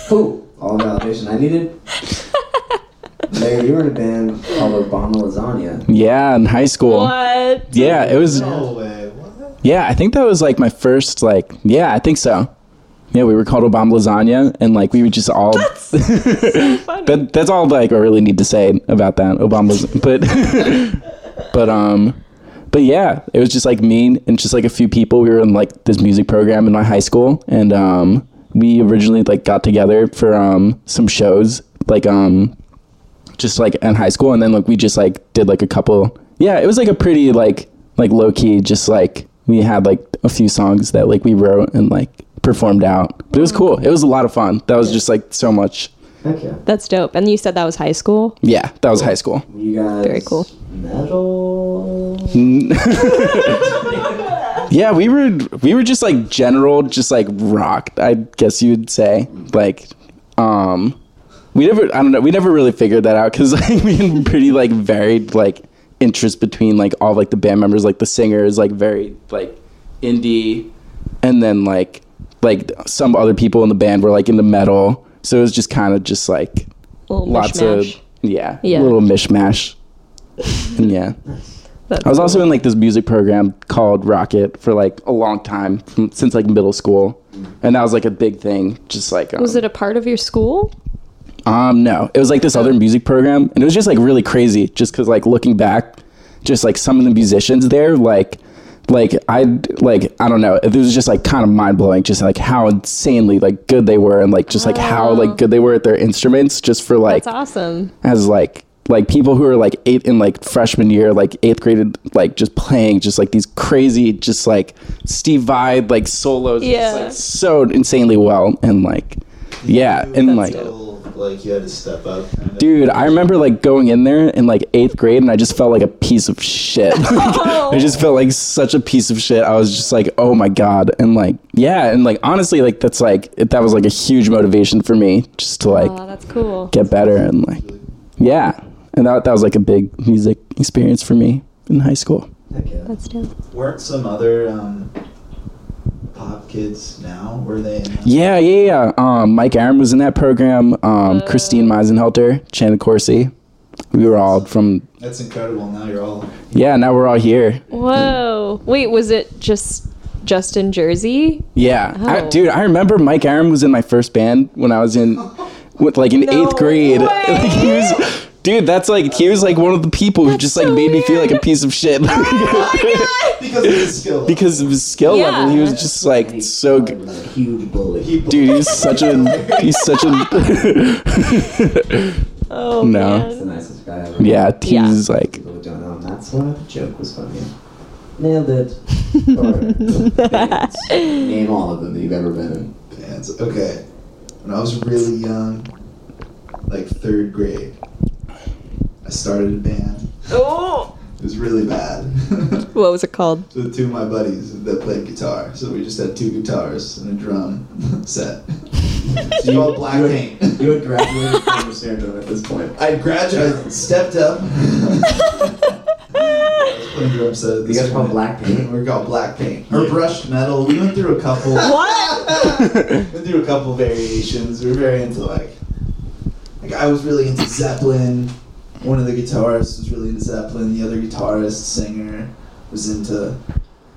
Speaker 1: cool. All the validation I needed. Megan, you were in a band called Obama Lasagna.
Speaker 2: Yeah, in high school.
Speaker 3: What?
Speaker 2: Yeah, it was.
Speaker 4: No way. What?
Speaker 2: Yeah, I think that was like my first like yeah, I think so. Yeah, we were called Obama Lasagna and like we would just all But that's all like I really need to say about that. Obama's but [LAUGHS] but um but yeah, it was just like me and just like a few people. We were in like this music program in my high school and um we originally like got together for um some shows like um just like in high school and then like we just like did like a couple yeah it was like a pretty like like low key just like we had like a few songs that like we wrote and like performed out but it was cool it was a lot of fun that was just like so much
Speaker 1: Heck yeah.
Speaker 3: That's dope. And you said that was high school?
Speaker 2: yeah that was high school
Speaker 1: Were You guys.
Speaker 3: Very cool.
Speaker 1: Metal.
Speaker 2: yeah we were we were just like general just like rock i guess you'd say like um we never i don't know we never really figured that out because [LAUGHS] like we had pretty like varied like interest between like all like the band members like the singer is like very like indie and then like like some other people in the band were like into metal so it was just kind of just like
Speaker 3: Little
Speaker 2: lots
Speaker 3: mishmash.
Speaker 2: of yeah,
Speaker 3: Yeah.
Speaker 2: little mishmash [LAUGHS] and yeah
Speaker 3: That's
Speaker 2: I was also in like this music program called Rocket for like a long time from, since like middle school, and that was like a big thing. Just like um,
Speaker 3: Was it a part of your school?
Speaker 2: um no, it was like this other music program, and it was just like really crazy. Just because like looking back, just like some of the musicians there, like like I like I don't know, it was just like kind of mind blowing. Just like how insanely like good they were, and like just like how like good they were at their instruments, just for like
Speaker 3: That's awesome.
Speaker 2: as like like people who are like eighth in like freshman year, like eighth graded, like just playing just like these crazy, just like Steve Vai like solos, yeah,
Speaker 3: Yeah.
Speaker 2: like, so insanely well, and like yeah, and like.
Speaker 4: Feel like you had to step up. kind of?
Speaker 2: Dude, I remember like going in there in like eighth grade, and I just felt like a piece of shit. [LAUGHS] Like, I just felt like such a piece of shit. I was just like, oh my god, and like yeah, and like honestly, like that's like it, that was like a huge motivation for me just to like
Speaker 3: Oh, that's cool.
Speaker 2: get better and like yeah and that, that was like a big music experience for me in high school
Speaker 1: Heck yeah.
Speaker 3: That's dope.
Speaker 4: Weren't some other um, pop kids now? Were they? In that?
Speaker 2: yeah yeah yeah um, mike aaron was in that program
Speaker 3: Oh.
Speaker 2: um, christine meisenhelter chandler corsi we were all from
Speaker 4: That's incredible. Now you're all.
Speaker 2: yeah now we're all here
Speaker 3: Whoa. Wait, was it just just in Jersey?
Speaker 2: yeah I-
Speaker 3: Oh.
Speaker 2: dude i remember mike aaron was in my first band when i was in with like in eighth grade [LAUGHS]
Speaker 3: way.
Speaker 2: like he was dude that's like he was like one of the people who just like
Speaker 3: so
Speaker 2: made me feel like a
Speaker 3: weird. Oh
Speaker 2: piece of
Speaker 3: [LAUGHS]
Speaker 2: shit [LAUGHS]
Speaker 4: Because of his skill.
Speaker 2: because of his skill
Speaker 3: Yeah.
Speaker 2: level he was just like so good
Speaker 1: It was a huge bully.
Speaker 4: People-
Speaker 2: Dude, he's such a [LAUGHS] he's such a
Speaker 3: Oh
Speaker 2: No.
Speaker 1: He's
Speaker 3: man.
Speaker 1: the nicest guy ever.
Speaker 2: yeah. He's like
Speaker 1: People who don't know him. That's why the joke was funny. Nailed it. All right. Bands.
Speaker 3: [LAUGHS]
Speaker 1: Name all of them that you've ever been in.
Speaker 4: Bands. Okay. When I was really young, like third grade, I started a band.
Speaker 3: Oh,
Speaker 4: It was really bad. [LAUGHS]
Speaker 3: what was it [LAUGHS] called?
Speaker 4: With two of my buddies that played guitar. So we just had two guitars and a drum [LAUGHS] set. It's
Speaker 1: You-
Speaker 4: called Black
Speaker 1: you had-
Speaker 4: Paint.
Speaker 1: You had graduated from the Sandro at this point.
Speaker 4: I graduated, I
Speaker 1: [LAUGHS]
Speaker 4: stepped up. I was playing drum set. at
Speaker 1: You
Speaker 4: this
Speaker 1: guys call
Speaker 4: point.
Speaker 1: black paint?
Speaker 4: We were called black paint. Or brushed metal. We went through a couple. went through a couple variations. We were very into like, like I was really into Zeppelin. One of the guitarists was really into Zeppelin. The other guitarist, singer, was into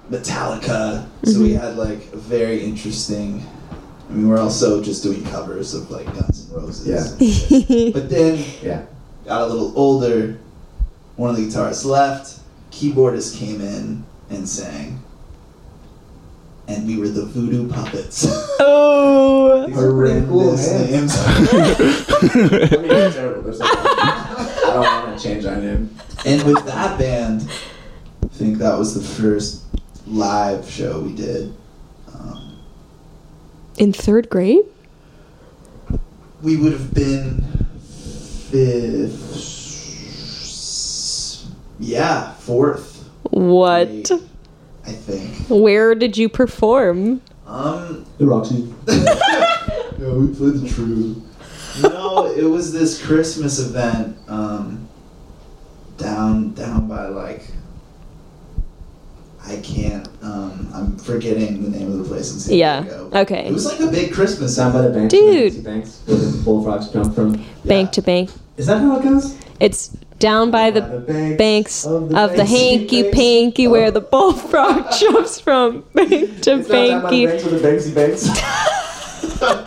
Speaker 4: Metallica. So we had like a very interesting. I mean, we're also just doing covers of like Guns N' Roses.
Speaker 1: Yeah.
Speaker 4: But then
Speaker 1: Yeah.
Speaker 4: got a little older, one of the guitarists left, keyboardist came in and sang. And we were the voodoo puppets. [LAUGHS]
Speaker 3: Oh,
Speaker 4: These
Speaker 1: Are really cool,
Speaker 4: horrendous
Speaker 1: man.
Speaker 4: names.
Speaker 1: I mean, it's terrible. There's nothing- I don't want to change our name.
Speaker 4: [LAUGHS] and with that band, I think that was the first live show we did. Um,
Speaker 3: in third grade?
Speaker 4: we would have been fifth, yeah, fourth.
Speaker 3: What?
Speaker 4: grade, I think.
Speaker 3: Where did you perform?
Speaker 4: Um,
Speaker 1: The Roxy.
Speaker 4: Yeah, we played the true. No, it was this Christmas event um, down down by like I can't. Um, I'm forgetting the name of the place in San
Speaker 3: Yeah,
Speaker 4: Diego.
Speaker 3: okay.
Speaker 4: It was like a big Christmas
Speaker 1: Down by the
Speaker 4: event.
Speaker 1: banks.
Speaker 3: Dude.
Speaker 1: The banks where the bullfrogs jump from. [LAUGHS]
Speaker 4: Yeah.
Speaker 3: Bank to bank.
Speaker 1: Is that how it goes?
Speaker 3: It's down by the
Speaker 1: banks,
Speaker 3: banks of the,
Speaker 1: banks.
Speaker 3: hanky
Speaker 1: Banks.
Speaker 3: panky where
Speaker 1: [LAUGHS]
Speaker 3: the bullfrog jumps from bank to
Speaker 1: It's not down by the
Speaker 3: banky
Speaker 1: banks with the banksy banks.
Speaker 3: [LAUGHS] down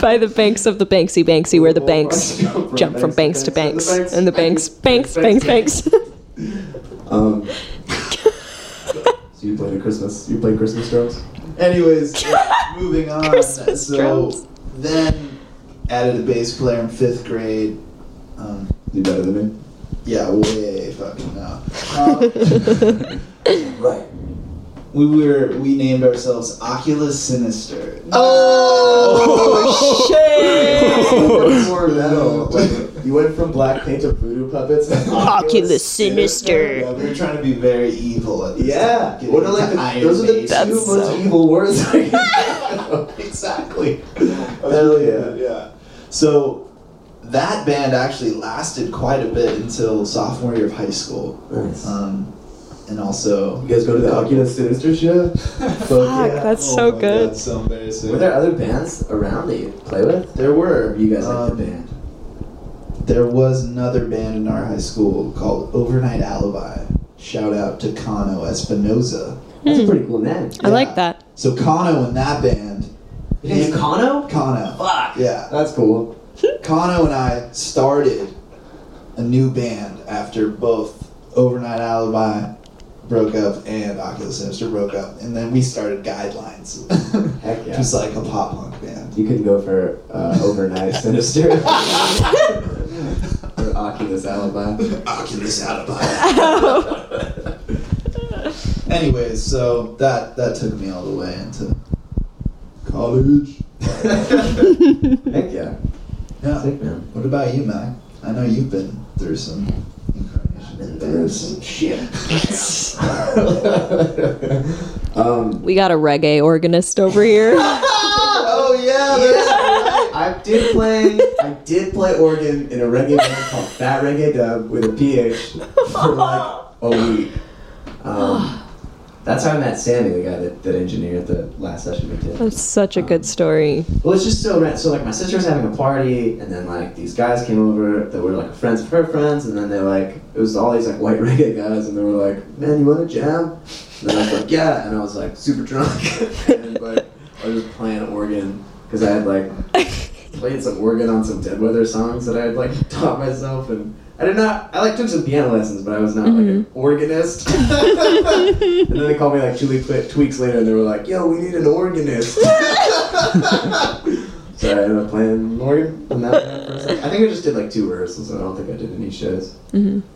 Speaker 3: by the banks of the banksy banksy where the banks
Speaker 1: Bullfrogs
Speaker 3: jump from banks to banks
Speaker 1: and the
Speaker 3: and the banks banks banks
Speaker 1: [LAUGHS]
Speaker 3: banks
Speaker 1: Um, so you played a Christmas. You played Christmas drums.
Speaker 3: [LAUGHS]
Speaker 4: Anyways, moving on.
Speaker 3: Christmas
Speaker 4: so
Speaker 3: drums.
Speaker 4: then added a bass player in fifth grade. Um,
Speaker 1: You better than me.
Speaker 4: yeah, way fucking now.
Speaker 3: [LAUGHS]
Speaker 4: Um,
Speaker 1: [LAUGHS] Right.
Speaker 4: We were we named ourselves Oculus Sinister.
Speaker 3: oh shit
Speaker 1: Before that, uh, like, you went from black paint to voodoo puppets. and
Speaker 3: Oculus Sinister.
Speaker 4: Yeah, we were trying to be very evil. At this
Speaker 1: Yeah.
Speaker 4: time.
Speaker 1: What are like
Speaker 4: Getting
Speaker 1: the,
Speaker 4: Iron
Speaker 1: those are the
Speaker 4: Maiden.
Speaker 1: two
Speaker 3: That's
Speaker 1: most
Speaker 3: so-
Speaker 1: evil words.
Speaker 4: [LAUGHS] exactly.
Speaker 1: Hell
Speaker 4: Hell
Speaker 1: yeah.
Speaker 4: yeah, yeah. So that band actually lasted quite a bit until sophomore year of high school,
Speaker 1: nice.
Speaker 4: um, and also
Speaker 1: You guys go to the Oculus Sinister show?
Speaker 3: Fuck,
Speaker 1: Oh
Speaker 3: that's so
Speaker 4: Oh my
Speaker 3: good.
Speaker 4: God, so embarrassing.
Speaker 1: Were there other bands around that you play with?
Speaker 4: There were
Speaker 1: Or you guys like
Speaker 4: um,
Speaker 1: the band?
Speaker 4: There was another band in our high school called Overnight Alibi. Shout out to Kano Espinoza.
Speaker 1: That's a pretty cool name.
Speaker 3: I like that
Speaker 4: So Kano and that band,
Speaker 1: Is Kano?
Speaker 4: Kano,
Speaker 1: Fuck.
Speaker 4: yeah,
Speaker 1: That's cool.
Speaker 4: Kano and I started a new band after both Overnight Alibi broke up and Oculus Sinister broke up, and then we started Guidelines,
Speaker 1: Heck
Speaker 4: [LAUGHS]
Speaker 1: yeah.
Speaker 4: just like a pop punk band.
Speaker 1: You can go for uh,
Speaker 4: [LAUGHS]
Speaker 1: Overnight Sinister. or Oculus Alibi.
Speaker 4: Oculus Alibi. Anyways, so that that took me all the way into
Speaker 1: [LAUGHS]
Speaker 4: college.
Speaker 1: Heck yeah.
Speaker 4: Yeah.
Speaker 1: Sick man.
Speaker 4: What about you, Mac? I know you've been through some incarnation of bands.
Speaker 1: Shit. um,
Speaker 3: we got a reggae organist over here
Speaker 1: [LAUGHS] oh yeah, that's right. I did play. I did play organ in a reggae band called Fat Reggae Dub with a PH for like a week. Um, that's how I met Sammy, the guy that, that engineered the last session we did.
Speaker 3: that's such a good story
Speaker 1: Well, it's just so rad. So like my sister was having a party, and then like these guys came over that were like friends of her friends, and then they like it was all these like white reggae guys, and they were like, "Man, you want to jam?" And then I was like, "Yeah," and I was like super drunk, and like I was just playing organ because I had like played some organ on some Dead Weather songs that I had like taught myself, and I did not. I like took some piano lessons, but I was not like an organist. and then they called me like two weeks, two weeks later, and they were like, "Yo, we need an organist." So I ended up playing Morgan and that that person. I think I just did like two rehearsals. I don't think I did any shows.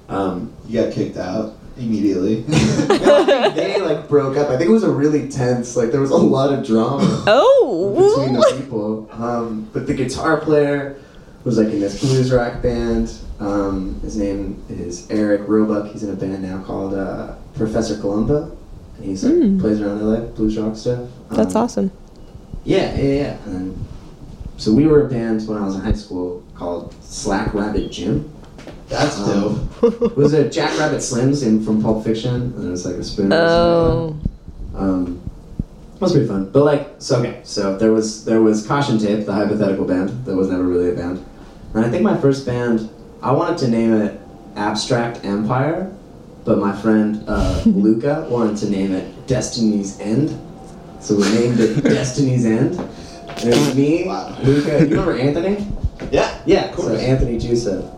Speaker 1: Um,
Speaker 4: You got kicked out.
Speaker 1: [LAUGHS]
Speaker 4: immediately.
Speaker 1: they like broke up. I think it was a really tense. Like there was a lot of
Speaker 3: [LAUGHS]
Speaker 1: drama between
Speaker 3: Oh,
Speaker 1: the people. Um, but the guitar player was like in this blues rock band. Um, his name is Eric Roebuck. He's in a band now called uh, Professor Columba. And he's like plays around LA blues rock stuff. Um,
Speaker 3: Hmm. that's awesome.
Speaker 1: Yeah, yeah, yeah. And then, so we were a band when I was in high school called Slack Rabbit Jim.
Speaker 4: That's dope.
Speaker 1: Um, It was a Jackrabbit Slims in from Pulp Fiction, and it was like a spoon.
Speaker 3: Oh,
Speaker 1: Um, that was pretty fun. But like, so okay, so there was there was Caution Tape, the hypothetical band that was never really a band, and I think my first band I wanted to name it Abstract Empire, but my friend
Speaker 4: [LAUGHS]
Speaker 1: uh, Luca wanted to name it Destiny's End, so we named
Speaker 4: [LAUGHS]
Speaker 1: it Destiny's End. And it was me,
Speaker 4: Wow.
Speaker 1: Luca. You remember Anthony?
Speaker 4: Yeah.
Speaker 1: Yeah,
Speaker 4: Of course.
Speaker 1: so Anthony Jusa.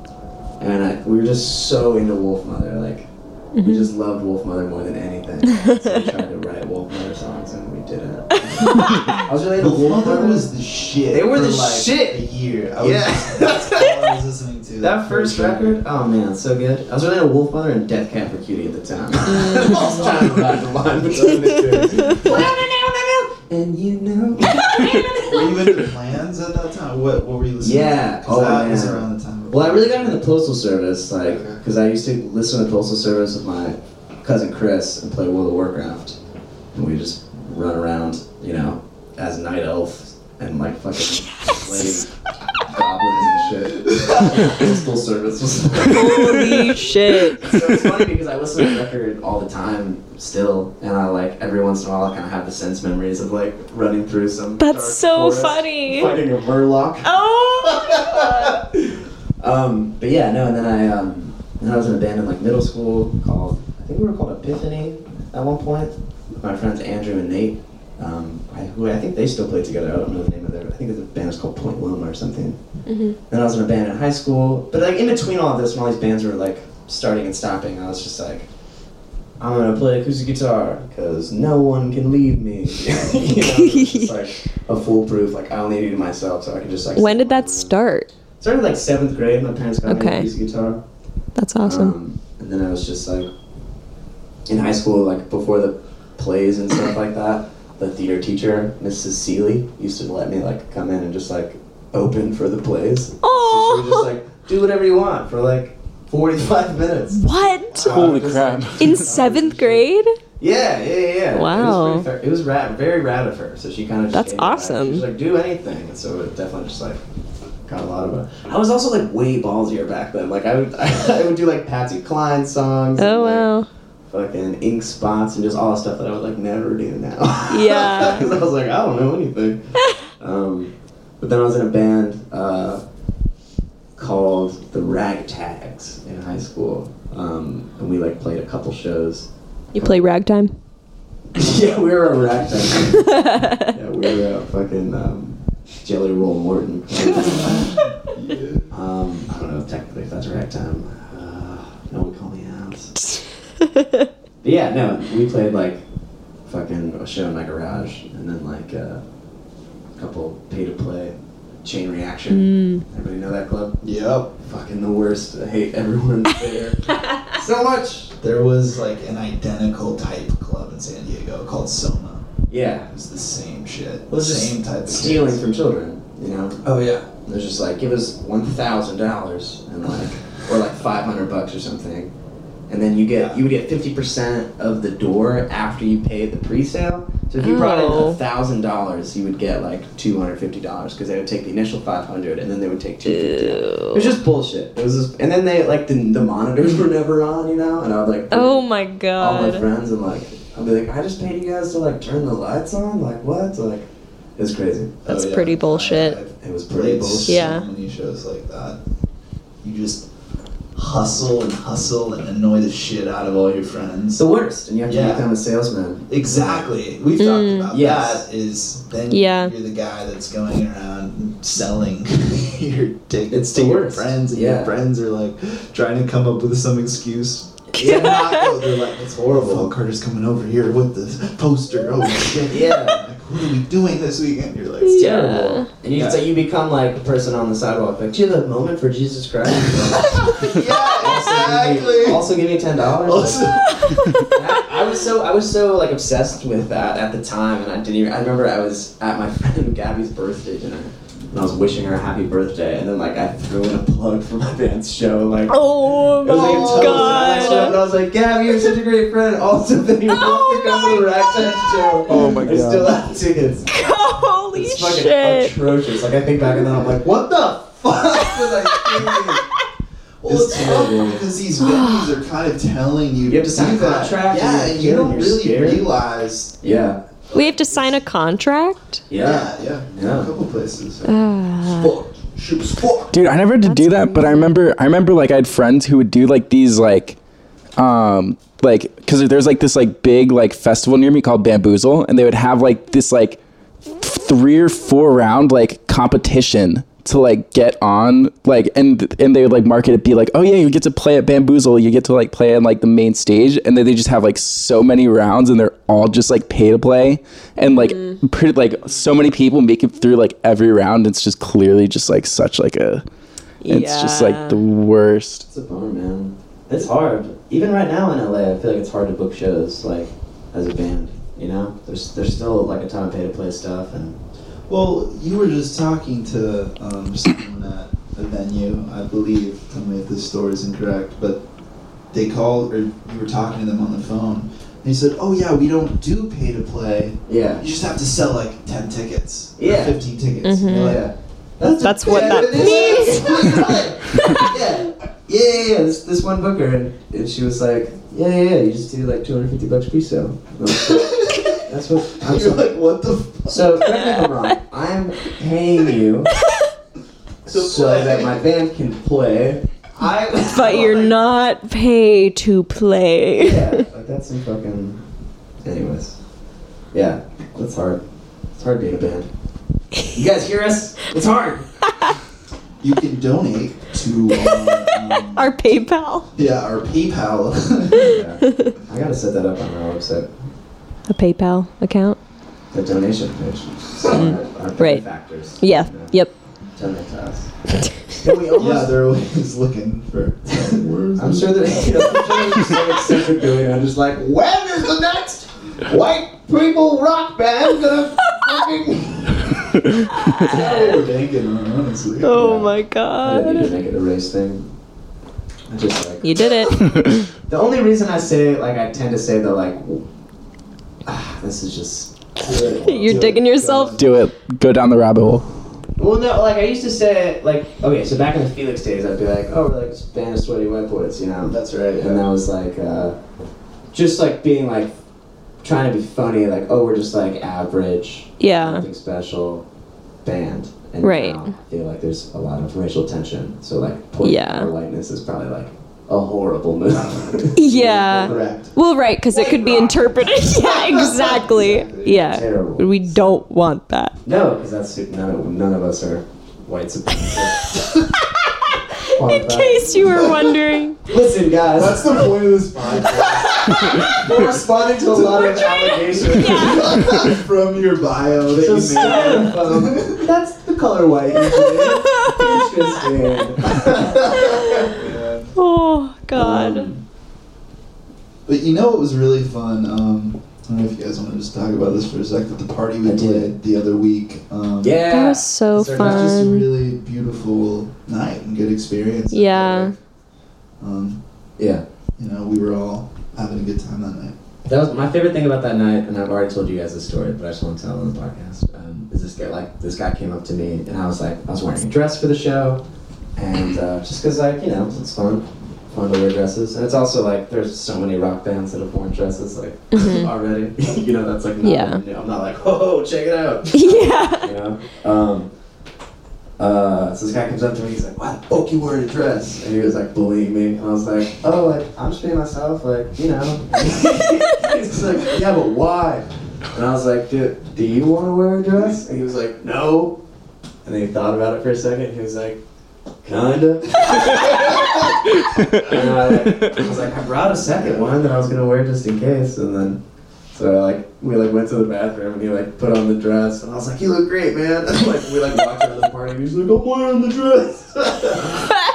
Speaker 1: And I, we were just so into Wolf Mother. Like, we just loved Wolf Mother more than anything. so we tried to write Wolf Mother songs and we didn't. I was really into
Speaker 4: The
Speaker 1: Wolf
Speaker 4: Mother
Speaker 1: Mother.
Speaker 4: was the shit.
Speaker 1: They were
Speaker 4: for,
Speaker 1: the
Speaker 4: like,
Speaker 1: shit.
Speaker 4: A year. I
Speaker 1: Yeah.
Speaker 4: Was, that's all I was listening
Speaker 1: [LAUGHS]
Speaker 4: to. [LAUGHS]
Speaker 1: that first record, oh man, so good. I was really into Wolf Mother and Death Cat for Cutie at the time.
Speaker 4: Mm.
Speaker 1: [LAUGHS] I was trying to ride the [LAUGHS] line between the two. and you know.
Speaker 4: Were
Speaker 1: [LAUGHS]
Speaker 4: you into plans at that time? What What were you listening
Speaker 1: Yeah.
Speaker 4: to? 'Cause
Speaker 1: Oh,
Speaker 4: that was
Speaker 1: man.
Speaker 4: around the time. of-
Speaker 1: Well, I really got into the postal service, like,
Speaker 4: Okay.
Speaker 1: because I used to listen to the postal service with my cousin Chris and play World of Warcraft, and we just run around, you know, as night elf and like fucking slave goblins and shit. [LAUGHS] postal service was. [LAUGHS]
Speaker 3: holy shit!
Speaker 1: so it's funny because I listen to the record all the time still, and I like every once in a while I kind of have the sense memories of like running through some. dark
Speaker 3: That's so
Speaker 1: forest,
Speaker 3: funny.
Speaker 1: Fighting a murloc.
Speaker 3: Oh,
Speaker 1: Um, but yeah, no, and then I um, then I was in a band in like middle school called I think we were called Epiphany at one point. with My friends Andrew and Nate, um, I, who I think they still play together. I don't know the name of their. I think the band is called Point Loma or something. Then I was in a band in high school, but like in between all of this, when all these bands were like starting and stopping, I was just like. I'm gonna play acoustic guitar because no one can leave me. you know, it was just [LAUGHS] like a foolproof. Like I only needed myself, so I could just like.
Speaker 3: when did
Speaker 1: sit in my room.
Speaker 3: that start?
Speaker 1: Started like seventh grade. My parents got me
Speaker 3: Okay.
Speaker 1: a acoustic guitar.
Speaker 3: That's awesome.
Speaker 1: Um, and then I was just like in high school, like before the plays and stuff like that. The theater teacher, Mrs. Seeley, used to let me like come in and just like open for the plays. So she [LAUGHS] would just
Speaker 3: Oh,
Speaker 1: like do whatever you want for like forty-five minutes.
Speaker 3: what?
Speaker 1: Uh,
Speaker 2: Holy
Speaker 1: just,
Speaker 2: crap.
Speaker 1: like-
Speaker 3: In seventh grade?
Speaker 1: yeah, yeah, yeah, yeah. It
Speaker 3: Wow.
Speaker 1: was, pretty fair. It was rad, very rad of her. So she kind of just
Speaker 3: That's
Speaker 1: gave me that.
Speaker 3: awesome.
Speaker 1: She was like, do anything. And so it definitely just like got a lot of it. I was also like way ballsier back then. Like I would, [LAUGHS] I, would do like Patsy Cline songs. and,
Speaker 3: Oh
Speaker 1: like,
Speaker 3: wow.
Speaker 1: Fucking ink spots and just all the stuff that I would like never do now. [LAUGHS]
Speaker 3: Yeah.
Speaker 1: Because I was like, I don't know
Speaker 3: [LAUGHS]
Speaker 1: anything. um, but then I was in a band uh, called the Ragtags in high school, um, and we like played a couple shows. [LAUGHS]
Speaker 3: You play [LAUGHS] ragtime?
Speaker 1: yeah, we were a rag band. yeah, we were a fucking um, Jelly Roll Morton. um, I don't know technically if that's ragtime. Uh, no one call me out. But yeah, no, we played like fucking a show in my garage, and then like uh, a couple pay to play, Chain Reaction. Everybody know that club?
Speaker 4: Yep.
Speaker 1: Fucking the worst. I hate everyone there so much.
Speaker 4: There was like an identical type club in San Diego called Soma.
Speaker 1: Yeah,
Speaker 4: It was the same shit.
Speaker 1: Well, it's just
Speaker 4: same type of
Speaker 1: stealing
Speaker 4: kids.
Speaker 1: from children. You know.
Speaker 4: Oh yeah.
Speaker 1: They're just like, give us one thousand dollars and like, or like five hundred bucks or something, and then you get you would get fifty percent of the door after you pay the pre-sale. So if you brought
Speaker 3: Oh.
Speaker 1: in thousand dollars, you would get like two hundred fifty dollars because they would take the initial five hundred and then they would take two fifty. It was just bullshit. It was just, and then they like the, the monitors were never on, you know, and I was like,
Speaker 3: Oh my
Speaker 1: all my
Speaker 3: god.
Speaker 1: friends and like I'll be like, I just paid you guys to like turn the lights on, like what? Like it's crazy.
Speaker 3: That's
Speaker 4: Oh, yeah.
Speaker 3: pretty bullshit.
Speaker 4: I- I've
Speaker 1: It was pretty
Speaker 4: played
Speaker 1: bullshit.
Speaker 4: so
Speaker 3: Yeah.
Speaker 4: many shows like that. You just hustle and hustle and annoy the shit out of all your friends.
Speaker 1: It's the worst, and you have to
Speaker 4: Yeah.
Speaker 1: become a salesman.
Speaker 4: Exactly. We've
Speaker 3: Mm.
Speaker 4: talked about
Speaker 1: Yes.
Speaker 4: that. Is then
Speaker 3: Yeah.
Speaker 4: you're the guy that's going around selling [LAUGHS] your tickets
Speaker 1: It's
Speaker 4: to
Speaker 1: the
Speaker 4: your
Speaker 1: worst.
Speaker 4: friends, and
Speaker 1: Yeah.
Speaker 4: your friends are like trying to come up with some excuse.
Speaker 1: Yeah.
Speaker 4: Not go- They're like,
Speaker 1: It's
Speaker 4: "Oh,
Speaker 1: horrible. [LAUGHS]
Speaker 4: Carter's coming over here with this poster. Oh shit!
Speaker 1: Yeah.
Speaker 4: Like, what are we doing this weekend? You're
Speaker 3: [LAUGHS]
Speaker 4: like, it's
Speaker 3: Yeah.
Speaker 4: terrible.
Speaker 1: And you, so you become like a person on the sidewalk, like, do you have a moment for Jesus Christ?
Speaker 3: [LAUGHS]
Speaker 4: yeah, exactly.
Speaker 1: also give me ten dollars.
Speaker 4: Also,
Speaker 1: I, I was so I was so like obsessed with that at the time, and I didn't even. I remember I was at my [LAUGHS] friend Gabby's birthday dinner, and I was wishing her a happy birthday, and then like I threw in a plug for my band's show, like.
Speaker 3: Oh
Speaker 1: It was like a total
Speaker 3: my
Speaker 1: satellite show, and I
Speaker 3: god.
Speaker 1: was like, Gabby, you're such a great friend. Also, then you
Speaker 3: [LAUGHS] Oh
Speaker 1: want to come to the
Speaker 3: my
Speaker 1: Ragtime show.
Speaker 2: Oh my
Speaker 1: I still
Speaker 2: God.
Speaker 1: have tickets.
Speaker 3: [LAUGHS] Holy
Speaker 1: It's fucking
Speaker 3: shit.
Speaker 1: atrocious. Like I think back and then I'm like, what the
Speaker 4: [LAUGHS]
Speaker 1: fuck was I
Speaker 4: well, it's
Speaker 1: terrible.
Speaker 4: tough because these venues are kind of telling you.
Speaker 1: You have to sign a
Speaker 4: do that.
Speaker 1: contract, and you're
Speaker 4: Yeah, and you
Speaker 1: kid, and
Speaker 4: don't
Speaker 1: you're
Speaker 4: really
Speaker 1: scared.
Speaker 4: realize.
Speaker 1: thinking? Yeah.
Speaker 3: We have to sign a contract?
Speaker 1: Yeah.
Speaker 4: Yeah, yeah,
Speaker 1: Yeah.
Speaker 4: A couple places.
Speaker 1: Ah.
Speaker 3: Uh,
Speaker 4: Fuck. She was fucked.
Speaker 2: Dude, I never had to do that, but I remember I remember like I had friends who would do like these like um like cuz there's like this like big like festival near me called Bamboozle and they would have like this like three or four round like competition to like get on like and and they would like market it be like oh yeah you get to play at bamboozle you get to like play on like the main stage and then they just have like so many rounds and they're all just like pay to play and like pretty like so many people make it through like every round it's just clearly just like such like a it's just like the worst
Speaker 1: It's a bummer, man. It's hard. Even right now in LA, I feel like it's hard to book shows like as a band. You know, there's there's still like a ton of pay to play stuff, and
Speaker 4: Well, you were just talking to um, someone at a venue, I believe. Tell me if this story is incorrect, but they called, or you were talking to them on the phone, and he said, "Oh yeah, we don't do pay to play.
Speaker 1: yeah,
Speaker 4: You just have to sell like ten tickets, or
Speaker 1: Yeah.
Speaker 4: fifteen tickets." And you're like,
Speaker 1: yeah. That's,
Speaker 3: Mm-hmm. That's what that
Speaker 1: means. yeah. yeah, yeah, yeah. This, this one booker, and, and she was like, yeah, yeah, yeah. You just do like 250 bucks pre-sale. And I was like, That's what I'm
Speaker 4: [LAUGHS] You're
Speaker 1: so
Speaker 4: like, what the? F-?
Speaker 1: So correct me if I'm wrong. I'm paying you so
Speaker 4: play.
Speaker 1: that my band can play. I
Speaker 3: But you're not pay to play.
Speaker 1: Yeah, like that's some fucking. Anyways, yeah, that's hard. It's hard being a band. You guys hear us? It's hard.
Speaker 4: You can donate to
Speaker 1: [LAUGHS]
Speaker 4: uh, um,
Speaker 3: Our PayPal.
Speaker 4: yeah our PayPal. [LAUGHS]
Speaker 1: Yeah. I gotta set that up on our website.
Speaker 3: A PayPal account? Mm.
Speaker 1: The donation page. So our, our
Speaker 3: Right.
Speaker 1: Factors.
Speaker 3: Yeah. Yep.
Speaker 1: Donate to us.
Speaker 4: we yeah, they're always looking for.
Speaker 1: I'm sure that you know, I'm sure [LAUGHS] so eccentric doing. it. I'm just like, when is the next white people rock band gonna [LAUGHS] fucking?
Speaker 4: That's what we're banking on, honestly.
Speaker 3: Oh my
Speaker 1: I didn't need
Speaker 3: god.
Speaker 1: to make it a race thing. I just like
Speaker 3: You [LAUGHS] did it.
Speaker 1: the only reason I say like I tend to say that like [SIGHS] ah, this is just
Speaker 3: You're digging yourself.
Speaker 2: do it go down the rabbit hole
Speaker 1: well no like I used to say it like okay so back in the Felix days I'd be like oh we're like this band of sweaty white boys you know
Speaker 4: That's right.
Speaker 1: and that was like uh, just like being like trying to be funny like oh we're just like average
Speaker 3: Yeah.
Speaker 1: nothing special band. And
Speaker 3: Right.
Speaker 1: now I feel like there's a lot of racial tension. So like point
Speaker 3: Yeah.
Speaker 1: for whiteness is probably like a horrible move.
Speaker 3: Yeah.
Speaker 4: Correct.
Speaker 3: Well, right, because it could be interpreted. [LAUGHS] yeah, exactly. Yeah.
Speaker 1: Terrible.
Speaker 3: We don't want that.
Speaker 1: no, because that's none of, none of us are white supremacists. Fuck
Speaker 3: In
Speaker 1: that.
Speaker 3: case you were wondering. [LAUGHS]
Speaker 1: Listen, guys,
Speaker 4: That's the point of this podcast.
Speaker 1: we're responding to a lot of allegations.
Speaker 4: [LAUGHS] From your bio that
Speaker 1: So
Speaker 4: you made. Um,
Speaker 1: styrofoam. That's the color white. usually. Interesting.
Speaker 3: Oh god.
Speaker 4: But you know what was really fun? Um, I don't know if you guys want to just talk about this for a sec, but the party we
Speaker 1: I did.
Speaker 4: did the other week. Um,
Speaker 1: yeah.
Speaker 3: That was so
Speaker 1: Sorry, that's
Speaker 4: It was just a
Speaker 3: fun.
Speaker 4: really beautiful night and good experience.
Speaker 3: Yeah.
Speaker 4: Um,
Speaker 1: Yeah.
Speaker 4: you know, we were all having a good time that night.
Speaker 1: That was my favorite thing about that night, and I've already told you guys this story, but I just want to tell it on the podcast. Um, is this guy like this guy came up to me, and I was like, I was wearing a dress for the show, and uh, just because like you know it's fun, fun to wear dresses, and it's also like there's so many rock bands that have worn dresses like [LAUGHS] already, you know that's like not
Speaker 3: Yeah.
Speaker 1: new. I'm not like oh check it out,
Speaker 3: [LAUGHS]
Speaker 1: [LAUGHS]
Speaker 3: Yeah. [LAUGHS]
Speaker 1: you know. Um, uh, so this guy comes up to me, he's like, "Why the fuck you wearing a dress?" And he was like bullying me, and I was like, "Oh, like I'm just being myself, like you know." [LAUGHS] he's just like, "Yeah, but why?" And I was like, "Dude, do you want to wear a dress?" And he was like, "No." And then he thought about it for a second. He was like, "Kinda." and I, like, I was like, "I brought a second one that I was gonna wear just in case," and then. So like we like went to the bathroom and he like put on the dress and I was like, You look great, man. [LAUGHS] like we like walked out of the party and he's like, I'm wearing the dress.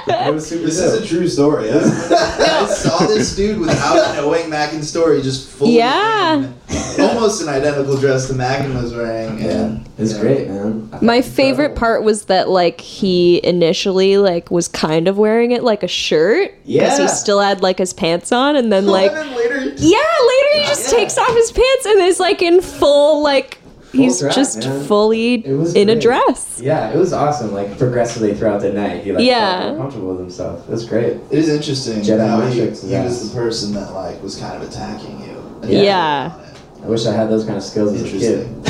Speaker 1: it was super
Speaker 4: This
Speaker 1: dope.
Speaker 4: is a true story. huh? [LAUGHS] I saw this dude without knowing Mackin's story, just fully
Speaker 3: Yeah.
Speaker 4: in almost an identical dress to Mackin was wearing.
Speaker 1: Yeah,
Speaker 4: And
Speaker 1: it's
Speaker 4: yeah.
Speaker 1: great, man. I
Speaker 3: My
Speaker 1: think it's
Speaker 3: favorite
Speaker 1: incredible.
Speaker 3: part was that like he initially like was kind of wearing it like a shirt because
Speaker 1: Yeah.
Speaker 3: he still had like his pants on
Speaker 1: [LAUGHS]
Speaker 3: and then like
Speaker 4: and then later,
Speaker 3: yeah later he just
Speaker 1: Yeah.
Speaker 3: takes off his pants and is like in full like he's
Speaker 1: dress,
Speaker 3: just
Speaker 1: man.
Speaker 3: fully
Speaker 1: It was
Speaker 3: in a
Speaker 1: great.
Speaker 3: dress.
Speaker 1: Yeah, it was awesome. Like progressively throughout the night, he like Oh,
Speaker 3: Yeah.
Speaker 1: felt more comfortable with himself. It was great.
Speaker 4: it is interesting
Speaker 1: Jedi
Speaker 4: how he,
Speaker 1: magic,
Speaker 4: he
Speaker 1: yeah.
Speaker 4: was the person that like was kind of attacking you. And
Speaker 1: Yeah.
Speaker 3: Yeah.
Speaker 1: I wish I had those kind of skills as a kid.
Speaker 4: Interesting.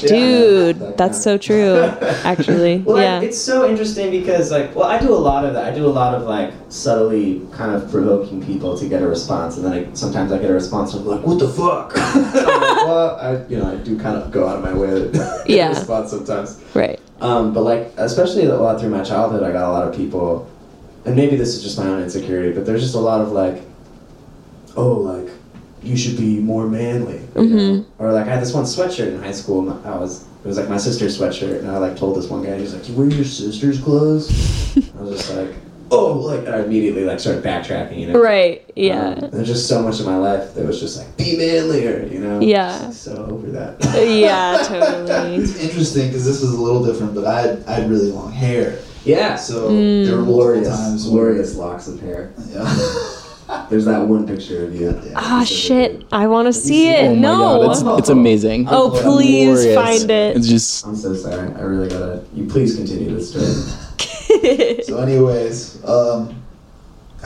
Speaker 3: Dude,
Speaker 1: Yeah.
Speaker 3: that's so true.
Speaker 1: [LAUGHS]
Speaker 3: Actually,
Speaker 1: Well, like,
Speaker 3: yeah.
Speaker 1: it's so interesting because, like, well, I do a lot of that. I do a lot of like subtly kind of provoking people to get a response, and then I, sometimes I get a response and I'm like, "What the fuck?" I'm
Speaker 4: [LAUGHS]
Speaker 1: like, well, I, you know, I do kind of go out of my way to [LAUGHS] get a
Speaker 3: Yeah.
Speaker 1: response sometimes.
Speaker 3: Right.
Speaker 1: Um, but like, especially a lot through my childhood, I got a lot of people, and maybe this is just my own insecurity, but there's just a lot of like, oh, like you should be more manly, you know?
Speaker 3: Mm-hmm.
Speaker 1: or like I had this one sweatshirt in high school. and I was it was like my sister's sweatshirt, and I like told this one guy, he's like, you wear your sister's
Speaker 3: [LAUGHS]
Speaker 1: clothes. I was just like, oh, like I immediately like started backtracking, you know.
Speaker 3: Right.
Speaker 1: Um,
Speaker 3: Yeah.
Speaker 1: there's just so much of my life that was just like be manlier, you know.
Speaker 3: Yeah. Uh,
Speaker 1: Just so over that.
Speaker 3: yeah, totally.
Speaker 1: [LAUGHS]
Speaker 4: It's interesting because this was a little different, but I had, I had really long hair,
Speaker 1: yeah. So
Speaker 4: so
Speaker 3: Mm.
Speaker 4: there were multiple
Speaker 1: glorious,
Speaker 4: times. where-
Speaker 1: glorious locks of hair.
Speaker 4: [LAUGHS] Yeah.
Speaker 1: There's that one picture of you.
Speaker 3: Ah, shit. I want to see
Speaker 1: seen it?
Speaker 3: it.
Speaker 2: oh
Speaker 3: [LAUGHS] no.
Speaker 2: my god, it's, it's amazing.
Speaker 3: oh,
Speaker 1: I'm
Speaker 3: please
Speaker 2: Glorious.
Speaker 3: find it.
Speaker 2: It's just
Speaker 1: I'm so sorry. I really gotta. You please continue this story.
Speaker 4: So, anyways, um,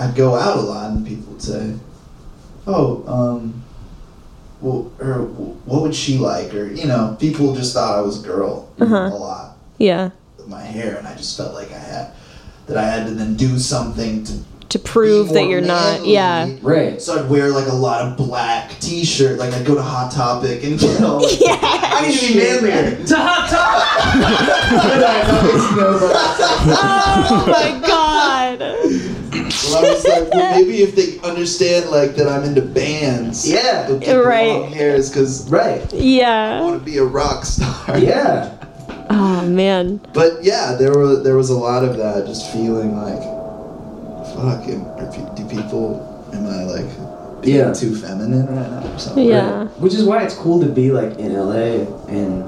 Speaker 4: I'd go out a lot, and people would say, "Oh, um, well, or what would she like?" Or you know, people just thought I was a girl
Speaker 1: Uh-huh.
Speaker 4: a lot
Speaker 3: [LAUGHS] yeah.
Speaker 4: with my hair, and I just felt like I had that I had to then do something to be
Speaker 3: To prove that
Speaker 4: more
Speaker 3: you're not.
Speaker 4: manly.
Speaker 3: Yeah. [LAUGHS]
Speaker 1: Right.
Speaker 4: So I'd wear like a lot of black T-shirt, like I'd go to Hot Topic and [LAUGHS] you know,
Speaker 3: Yeah.
Speaker 4: I need to be manlier.
Speaker 1: To hot top.
Speaker 3: Oh my
Speaker 1: [LAUGHS]
Speaker 3: god.
Speaker 4: So I was like, well, maybe if they understand like that I'm into bands,
Speaker 1: Yeah.
Speaker 4: the people
Speaker 3: Right.
Speaker 4: long hair is because
Speaker 1: Right.
Speaker 4: I
Speaker 3: Yeah.
Speaker 4: want to be a rock star.
Speaker 1: Yeah.
Speaker 3: Oh man.
Speaker 4: But yeah, there were there was a lot of that, just feeling like, fuck, am, are, pe- do people, am I like, being
Speaker 1: Yeah.
Speaker 4: too feminine right now or something?
Speaker 3: Yeah.
Speaker 1: Which is why it's cool to be like in LA and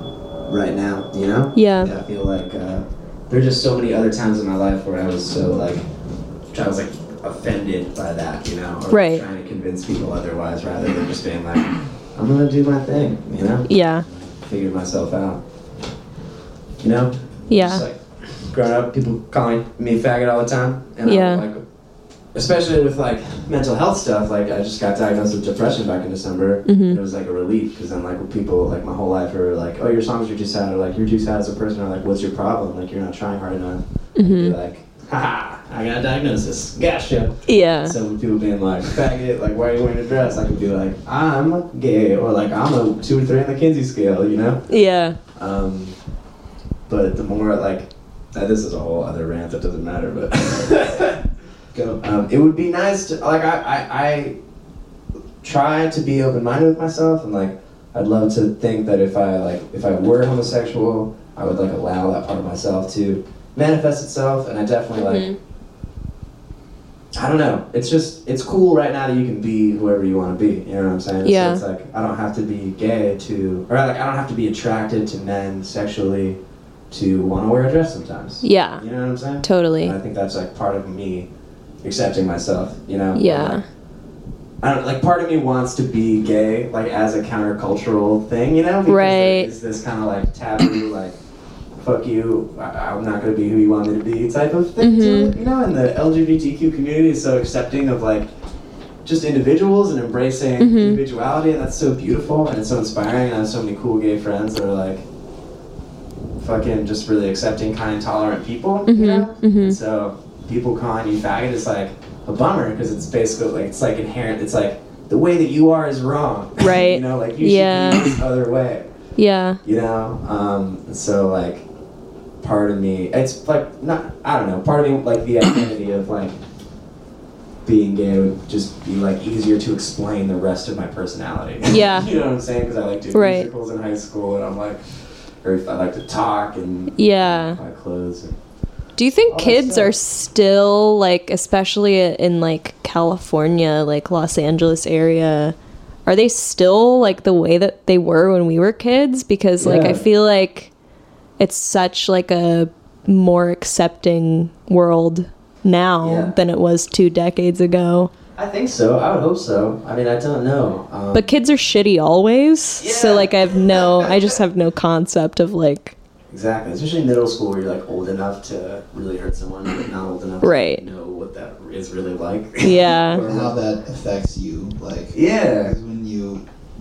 Speaker 1: right now. You know.
Speaker 3: Yeah.
Speaker 1: I feel like uh, there are just so many other times in my life where I was so like, I was like offended by that. You know. Or
Speaker 3: Right.
Speaker 1: Trying to convince people otherwise, rather than just being like, I'm gonna do my thing. You know.
Speaker 3: Yeah.
Speaker 1: Figure myself out. You know. Just
Speaker 3: Yeah.
Speaker 1: like growing up, people calling me faggot all the time. And
Speaker 3: Yeah.
Speaker 1: I'm like, especially with like mental health stuff. Like I just got diagnosed with depression back in December. It was like a relief because then like people like my whole life are like, oh, your songs are too sad, or like you're too sad as a person, or like what's your problem? Like you're not trying hard enough. You're like, haha, I got a diagnosis. Gotcha.
Speaker 3: Yeah.
Speaker 1: So with people being like, faggot, like why are you wearing a dress? I could be like, I'm gay, or like I'm a two or three on the Kinsey scale, you know.
Speaker 3: Yeah.
Speaker 1: Um, but the more like, uh, this is a whole other rant that doesn't matter, but [LAUGHS]
Speaker 4: Go.
Speaker 1: um, it would be nice to like I, I, I try to be open minded with myself and like I'd love to think that if I like if I were homosexual, I would like allow that part of myself to manifest itself, and I definitely like.
Speaker 3: Mm-hmm.
Speaker 1: I don't know. It's just it's cool right now that you can be whoever you want to be. You know what I'm saying?
Speaker 3: Yeah.
Speaker 1: So it's like I don't have to be gay to, or like I don't have to be attracted to men sexually to want to wear a dress sometimes.
Speaker 3: Yeah.
Speaker 1: You know what I'm saying?
Speaker 3: Totally.
Speaker 1: And I think that's like part of me accepting myself, you know?
Speaker 3: Yeah.
Speaker 1: I don't like part of me wants to be gay, like as a countercultural thing, you know? Because
Speaker 3: Right.
Speaker 1: It's this kind of like taboo, like fuck you, I- I'm not gonna be who you want me to be type of thing to
Speaker 3: Mm-hmm.
Speaker 1: it, you know? And the LGBTQ community is so accepting of like just individuals and embracing
Speaker 3: Mm-hmm.
Speaker 1: individuality, and that's so beautiful and it's so inspiring. And I have so many cool gay friends that are like fucking just really accepting, kind, tolerant people.
Speaker 3: Mm-hmm.
Speaker 1: [LAUGHS] You know? And so people calling you faggot is like a bummer because it's basically like it's like inherent. It's like the way that you are is wrong.
Speaker 3: Right.
Speaker 1: you know, like you
Speaker 3: Yeah.
Speaker 1: should be this other way.
Speaker 3: Yeah.
Speaker 1: You know. Um, so like, part of me, it's like not. I don't know. Part of me, like the identity of like being gay would just be like easier to explain the rest of my personality. [LAUGHS]
Speaker 3: Yeah.
Speaker 1: you know what I'm saying? Because I like did
Speaker 3: Right.
Speaker 1: musicals in high school, and I'm like, or if I like to talk and
Speaker 3: Yeah.
Speaker 1: buy clothes. And,
Speaker 3: Do you think
Speaker 1: that
Speaker 3: kids
Speaker 1: stuff.
Speaker 3: are still like, especially in like California, like Los Angeles area, are they still like the way that they were when we were kids? Because like I
Speaker 1: Yeah.
Speaker 3: feel like it's such like a more accepting world now
Speaker 1: Yeah.
Speaker 3: than it was two decades ago.
Speaker 1: I think so. I would hope so. I mean, I don't know. Um,
Speaker 3: But kids are shitty always. So
Speaker 1: Yeah.
Speaker 3: like I have no, I just have no concept of like
Speaker 1: Exactly, especially in middle school where you're like old enough to really hurt someone, but not old enough
Speaker 3: Right.
Speaker 1: to know what that is really like.
Speaker 3: Yeah.
Speaker 1: Or
Speaker 4: and how
Speaker 1: how-
Speaker 4: that affects you. Like,
Speaker 1: Uh-huh. Yeah.
Speaker 4: 'cause when you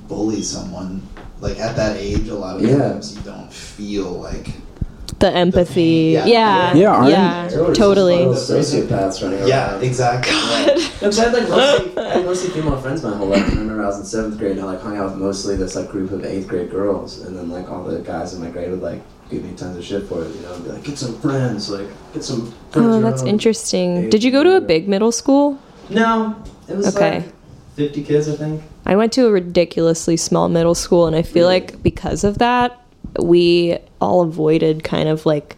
Speaker 4: bully someone, like at that age, a lot of
Speaker 1: Yeah.
Speaker 4: times you don't feel like.
Speaker 3: the empathy.
Speaker 4: yeah.
Speaker 3: yeah.
Speaker 2: Yeah, aren't-
Speaker 1: Everyone is just
Speaker 3: totally.
Speaker 1: one of those sociopaths running around.
Speaker 4: Yeah, exactly.
Speaker 1: No, 'cause I had like mostly, I had mostly female friends my whole life. I remember I was in seventh grade and I like hung out with mostly this like group of eighth grade girls, and then like all the guys in my grade would like give me tons of shit for it, you know, and be like, get some friends, like get some. friends
Speaker 3: Oh,
Speaker 1: your
Speaker 3: that's
Speaker 1: own."
Speaker 3: interesting.
Speaker 1: Yeah.
Speaker 3: Did you go to a big middle school?
Speaker 1: No, it was
Speaker 3: Okay.
Speaker 1: like fifty kids, I think.
Speaker 3: I went to a ridiculously small middle school, and I feel like because of that, we all avoided kind of like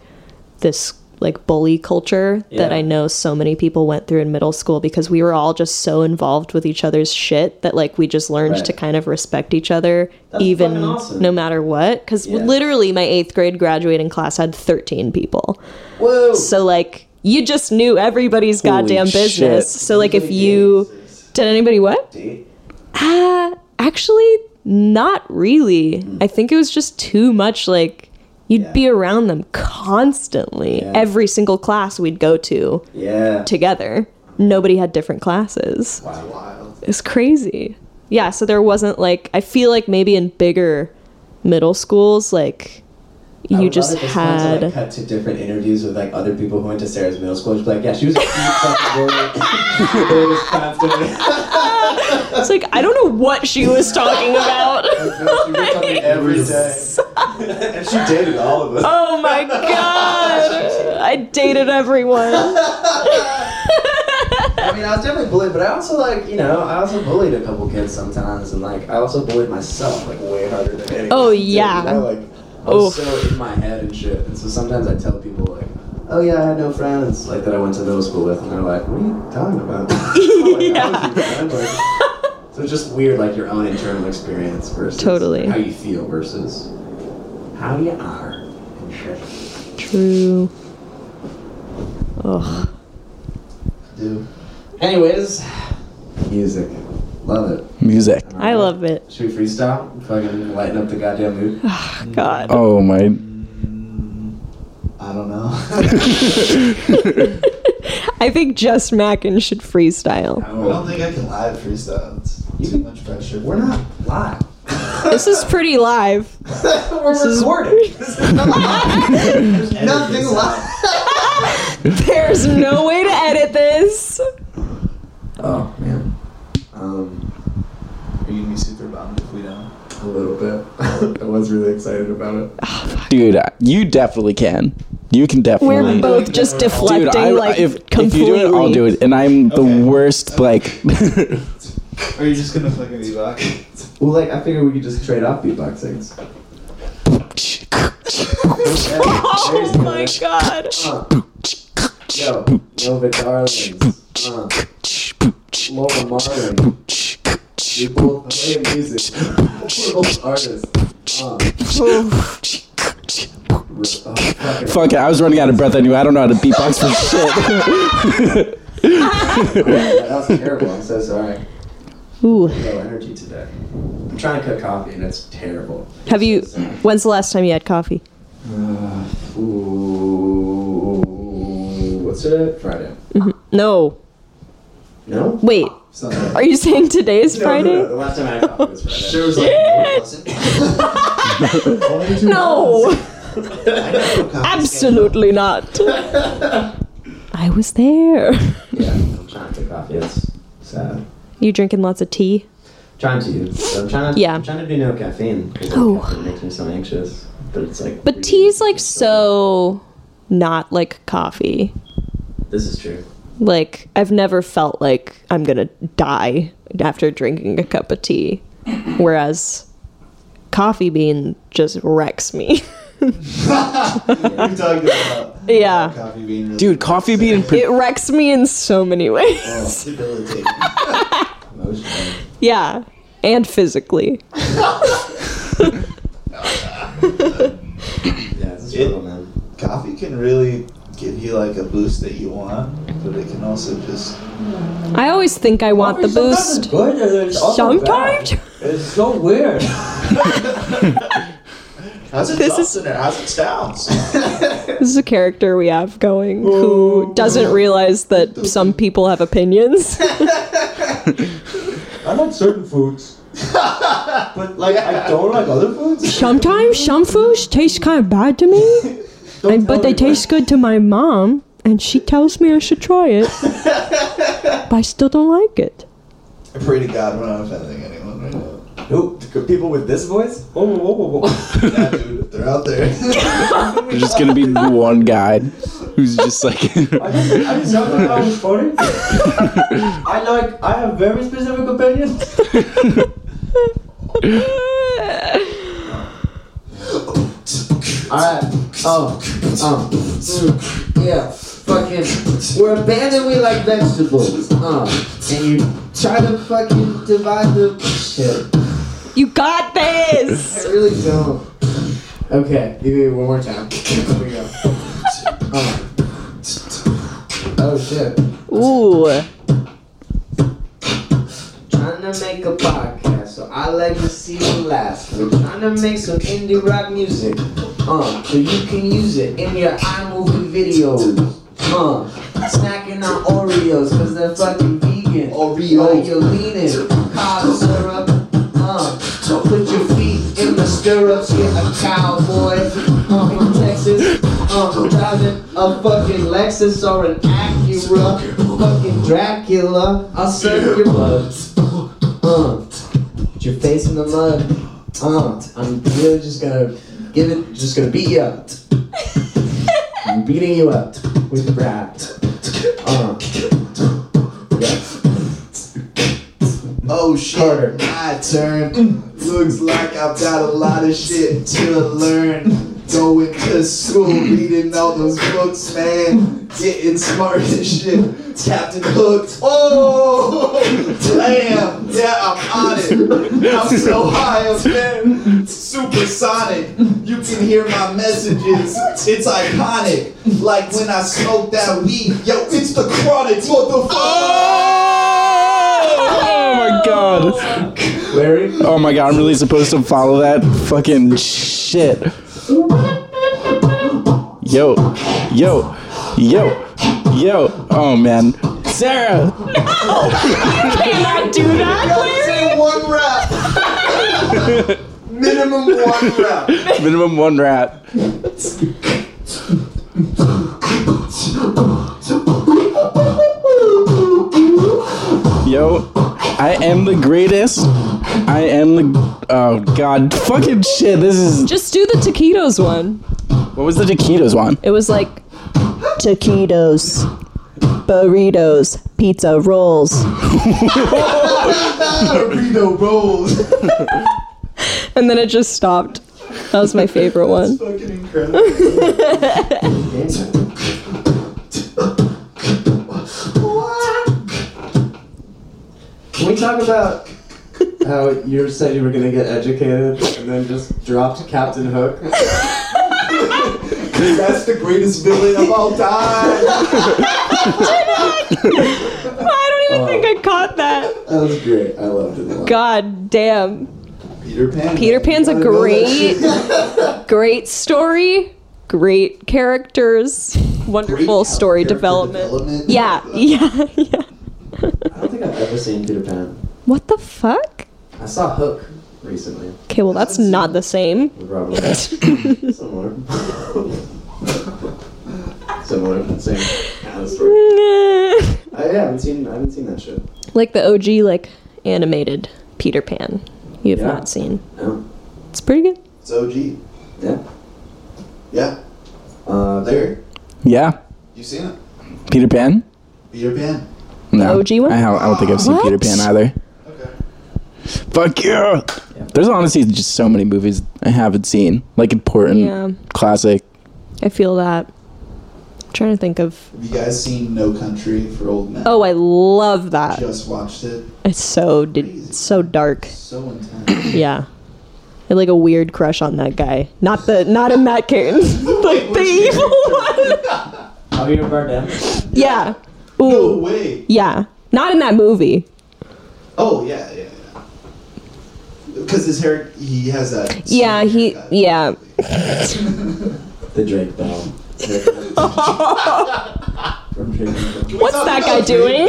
Speaker 3: this like bully culture that
Speaker 1: Yeah.
Speaker 3: I know so many people went through in middle school because we were all just so involved with each other's shit that like we just learned
Speaker 1: Right.
Speaker 3: to kind of respect each other
Speaker 1: That's
Speaker 3: even
Speaker 1: fucking awesome.
Speaker 3: no matter what cuz
Speaker 1: Yeah.
Speaker 3: literally my 8th grade graduating class had 13 people.
Speaker 1: Whoa.
Speaker 3: So like you just knew everybody's
Speaker 2: Holy
Speaker 3: goddamn
Speaker 2: shit.
Speaker 3: business. So like if you did anybody what?
Speaker 1: Date?
Speaker 3: Uh, actually not really. I think it was just too much like you'd
Speaker 1: Hmm. Yeah.
Speaker 3: be around them constantly.
Speaker 1: Yeah.
Speaker 3: Every single class we'd go to
Speaker 1: Yeah.
Speaker 3: together. Nobody had different classes.
Speaker 4: It's wild.
Speaker 3: It's crazy. Yeah, so there wasn't like I feel like maybe in bigger middle schools like
Speaker 1: I
Speaker 3: you
Speaker 1: would
Speaker 3: just
Speaker 1: love if this time
Speaker 3: had
Speaker 1: to, like, cut to different interviews with like other people who went to Sarah's middle school. She's like, yeah, she was a huge fucking
Speaker 3: [LAUGHS]
Speaker 1: woman. It was constant.
Speaker 3: It's like I don't know what she was
Speaker 1: [LAUGHS]
Speaker 3: talking about.
Speaker 1: She
Speaker 3: [LAUGHS]
Speaker 1: was talking every day, [LAUGHS] and she dated all of us.
Speaker 3: Oh my god! I dated everyone. [LAUGHS]
Speaker 1: I mean, I was definitely bullied, but I also like, you know, I also bullied a couple kids sometimes, and like, I also bullied myself like way harder than anyone.
Speaker 3: Oh,
Speaker 1: did,
Speaker 3: yeah.
Speaker 1: You know? Like, I was
Speaker 3: Oof.
Speaker 1: so in my head and shit, and so sometimes I tell people like. Oh yeah, I had no friends like that I went to middle school with, and they're like, "What are you talking about?" [LAUGHS] I'm like, "I
Speaker 3: Yeah.
Speaker 1: was your friend," like- [LAUGHS] So it's just weird, like your own internal experience versus
Speaker 3: Totally.
Speaker 1: how you feel versus how you are. and shit.
Speaker 3: True. Ugh.
Speaker 4: Dude.
Speaker 1: Anyways, music, love it.
Speaker 2: Music.
Speaker 3: I love it.
Speaker 1: Should we freestyle? Fucking lighten up the goddamn mood.
Speaker 3: [SIGHS] God. [LAUGHS]
Speaker 2: Oh my.
Speaker 4: I
Speaker 1: [LAUGHS]
Speaker 4: don't know. [LAUGHS]
Speaker 3: I think just Mackin should freestyle.
Speaker 4: I don't think I can live freestyle. It's
Speaker 1: You
Speaker 4: too
Speaker 1: can-
Speaker 4: much pressure.
Speaker 1: We're not
Speaker 4: [LAUGHS]
Speaker 1: live.
Speaker 3: This is pretty live.
Speaker 1: We're
Speaker 3: is-
Speaker 1: recording. This is not [LAUGHS] live. There's
Speaker 4: Nothing live.
Speaker 3: There's no way to edit this.
Speaker 1: Oh man. Um,
Speaker 4: Are you gonna be super bummed if we don't?
Speaker 1: a little bit. I was really excited about it.
Speaker 2: Dude, I- you definitely can. You can definitely.
Speaker 3: We're both just deflecting like completely.
Speaker 2: If you do it, I'll do it. And I'm the
Speaker 4: Okay.
Speaker 2: worst, like.
Speaker 4: Or are you just gonna fucking be back? [LAUGHS]
Speaker 1: Well, like I figured we could just trade off beatboxings.
Speaker 3: [LAUGHS] Oh my god.
Speaker 1: Uh, yo, Nova Darlings. Uh, Lola Marlin. We both play music. We're both artists. Uh, we're- oh, fucking-
Speaker 2: Fuck it, I was running out of breath anyway. I don't know how to beatbox for shit.
Speaker 1: that was terrible. I'm so sorry.
Speaker 3: Ooh.
Speaker 1: Low energy today. I'm trying to cook coffee and it's terrible.
Speaker 3: Have you when's the last time you had coffee?
Speaker 1: Uh, ooh, what's it? Friday.
Speaker 3: Mm-hmm. No.
Speaker 1: No?
Speaker 3: Wait.
Speaker 4: Something.
Speaker 3: Are you saying today is
Speaker 1: No, No, no,
Speaker 3: Friday?
Speaker 1: the last time I had coffee was Friday.
Speaker 4: There was like
Speaker 3: Yeah.
Speaker 4: no wasn't. Only
Speaker 3: [LAUGHS]
Speaker 4: two
Speaker 1: [LAUGHS]
Speaker 3: No.
Speaker 4: I know no copies.
Speaker 3: Absolutely not. I was there.
Speaker 1: Yeah,
Speaker 3: [LAUGHS]
Speaker 1: I'm trying to cook coffee. It's sad.
Speaker 3: You drinking lots of tea?
Speaker 1: Trying to. So I'm trying to.
Speaker 3: Yeah.
Speaker 1: I'm trying to do no caffeine. 'cause, like,
Speaker 3: Oh.
Speaker 1: Caffeine makes me so anxious. But it's like.
Speaker 3: But tea's like so not like coffee.
Speaker 1: This is true.
Speaker 3: Like I've never felt like I'm gonna die after drinking a cup of tea, whereas coffee bean just wrecks me. [LAUGHS]
Speaker 4: We
Speaker 1: [LAUGHS]
Speaker 4: talked about
Speaker 3: yeah,
Speaker 4: coffee bean. Really
Speaker 2: Dude, coffee bean and
Speaker 3: it wrecks me in so many ways.
Speaker 4: Oh,
Speaker 3: [LAUGHS]
Speaker 4: debilitating. Emotionally.
Speaker 3: Yeah, and physically.
Speaker 1: Yeah, it's a
Speaker 4: struggle,
Speaker 1: struggle, man.
Speaker 4: Coffee can really give you like a boost that you want, but it can also just
Speaker 3: I always think I want the boost.
Speaker 1: Good, and it's also bad.
Speaker 3: Sometimes.
Speaker 1: It's so weird.
Speaker 4: how's it
Speaker 3: This
Speaker 4: this in there? How's it sounds?
Speaker 3: This is a character we have going who doesn't realize that some people have opinions.
Speaker 1: I like certain foods. but like I don't like other foods.
Speaker 3: Sometimes some foods taste kind of bad to me,
Speaker 1: [LAUGHS] Don't
Speaker 3: and-
Speaker 1: tell
Speaker 3: but they
Speaker 1: me.
Speaker 3: taste good to my mom, and she tells me I should try
Speaker 1: [LAUGHS]
Speaker 3: it. but I still don't like it.
Speaker 4: [LAUGHS] I pray to God we're not offending anyone right now.
Speaker 1: Nope. People with this voice? Whoa, whoa, whoa, whoa, whoa.
Speaker 4: Yeah, dude, if they're out there. [LAUGHS]
Speaker 2: there's just gonna be one guy who's just like
Speaker 1: I
Speaker 2: [LAUGHS]
Speaker 1: just, I just don't know how it's funny. I like, I have very specific opinions. Alright. Oh. Um. mm, Yeah. Fucking. We're abandoned. We like vegetables. Um. And you try to fucking divide the shit.
Speaker 3: You got
Speaker 1: [LAUGHS]
Speaker 3: this!
Speaker 1: I really don't. Okay, give me one more time. [LAUGHS] Here we go. Oh. oh shit.
Speaker 3: Ooh.
Speaker 5: Trying to make a podcast, so I like to see you laugh. We're trying to make some indie rock music, uh, so you can use it in your iMovie videos, uh. Snacking on Oreos, cause they're fucking vegan.
Speaker 4: Oreo.
Speaker 5: While you're leaning, cob syrup, uh. So put your feet in the stirrups, you're a cowboy, uh, from Texas, uh, driving a fucking Lexus or an Acura, fucking Dracula. I'll serve your blood. Uh, put your face in the mud. Uh, I'm really just gonna give it, just gonna beat you up. I'm beating you up with rap. Uh,
Speaker 4: oh shit,
Speaker 5: Carter.
Speaker 4: my turn. Looks like I've got a lot of shit to learn. Going to school, reading all those books, man. Getting smart as shit. Captain Hooked. Oh, damn. Yeah, I'm on it. I'm so high up there. Supersonic. You can hear my messages. It's iconic. Like when I smoke that weed. Yo, it's the chronic, motherfucker.
Speaker 2: Oh my god.
Speaker 1: Larry?
Speaker 2: Oh my god, I'm really supposed to follow that fucking shit. Yo, yo, yo, yo. Oh man. Sarah!
Speaker 3: Cannot do that,
Speaker 4: Say one rep. Minimum one rep.
Speaker 2: Minimum one rat. Yo, I am the greatest. I am the. Oh god, fucking shit. This is.
Speaker 3: Just do the taquitos one.
Speaker 2: What was the taquitos one?
Speaker 3: It was like taquitos, burritos,
Speaker 1: [LAUGHS]
Speaker 3: pizza rolls.
Speaker 4: Burrito rolls.
Speaker 3: [LAUGHS] And then it just stopped. That was my favorite one.
Speaker 4: Fucking incredible.
Speaker 1: Can we talk about how you said you were gonna get educated and then just dropped Captain Hook?
Speaker 4: That's the greatest villain of all time.
Speaker 3: I don't even think I caught that.
Speaker 1: Uh, That was great. I loved it a lot.
Speaker 3: God damn.
Speaker 4: Peter Pan.
Speaker 3: Peter Pan's a
Speaker 4: You gotta know that
Speaker 1: [LAUGHS]
Speaker 3: great, great story, great characters, wonderful
Speaker 4: Great
Speaker 3: story
Speaker 4: character
Speaker 3: development.
Speaker 4: development.
Speaker 3: Yeah, [LAUGHS] yeah, yeah.
Speaker 1: I don't think I've ever seen Peter Pan.
Speaker 3: What the fuck?
Speaker 1: I saw Hook recently
Speaker 3: Okay, well, that's not the same. [LAUGHS]
Speaker 1: with Robert. Similar. Similar. Same kind of story. I Oh, yeah, I haven't seen I haven't seen that shit.
Speaker 3: like the OG, like animated Peter Pan. You have
Speaker 1: Yeah.
Speaker 3: not seen.
Speaker 1: No.
Speaker 3: It's pretty good.
Speaker 4: It's OG.
Speaker 1: Yeah.
Speaker 4: Yeah.
Speaker 1: Uh,
Speaker 4: Larry,
Speaker 2: Yeah,
Speaker 4: you seen it?
Speaker 2: Peter Pan?
Speaker 4: Peter Pan.
Speaker 2: No,
Speaker 3: OG one?
Speaker 2: I, don't- I don't think I've seen
Speaker 3: What?
Speaker 2: Peter Pan either.
Speaker 4: Okay.
Speaker 2: Fuck you. There's honestly just so many movies I haven't seen, like important,
Speaker 3: Yeah.
Speaker 2: classic.
Speaker 3: I feel that. I'm trying to think of.
Speaker 4: Have you guys seen No Country for Old Men?
Speaker 3: Oh, I love that.
Speaker 4: Just watched it.
Speaker 3: It's so did so dark.
Speaker 4: So
Speaker 3: [COUGHS]
Speaker 4: intense.
Speaker 3: Yeah. I had like a weird crush on that guy. Not the not in that case. like [LAUGHS] the evil one.
Speaker 1: [LAUGHS] Javier Bardem.
Speaker 3: Yeah.
Speaker 4: no
Speaker 3: Ooh.
Speaker 4: way.
Speaker 3: Yeah. Not in that movie.
Speaker 4: Oh yeah, yeah. Because his hair, he has that.
Speaker 3: Yeah, he
Speaker 4: haircut.
Speaker 3: yeah.
Speaker 1: [LAUGHS] The Drake Bell. From Drake Bell.
Speaker 3: [LAUGHS] What's that guy doing?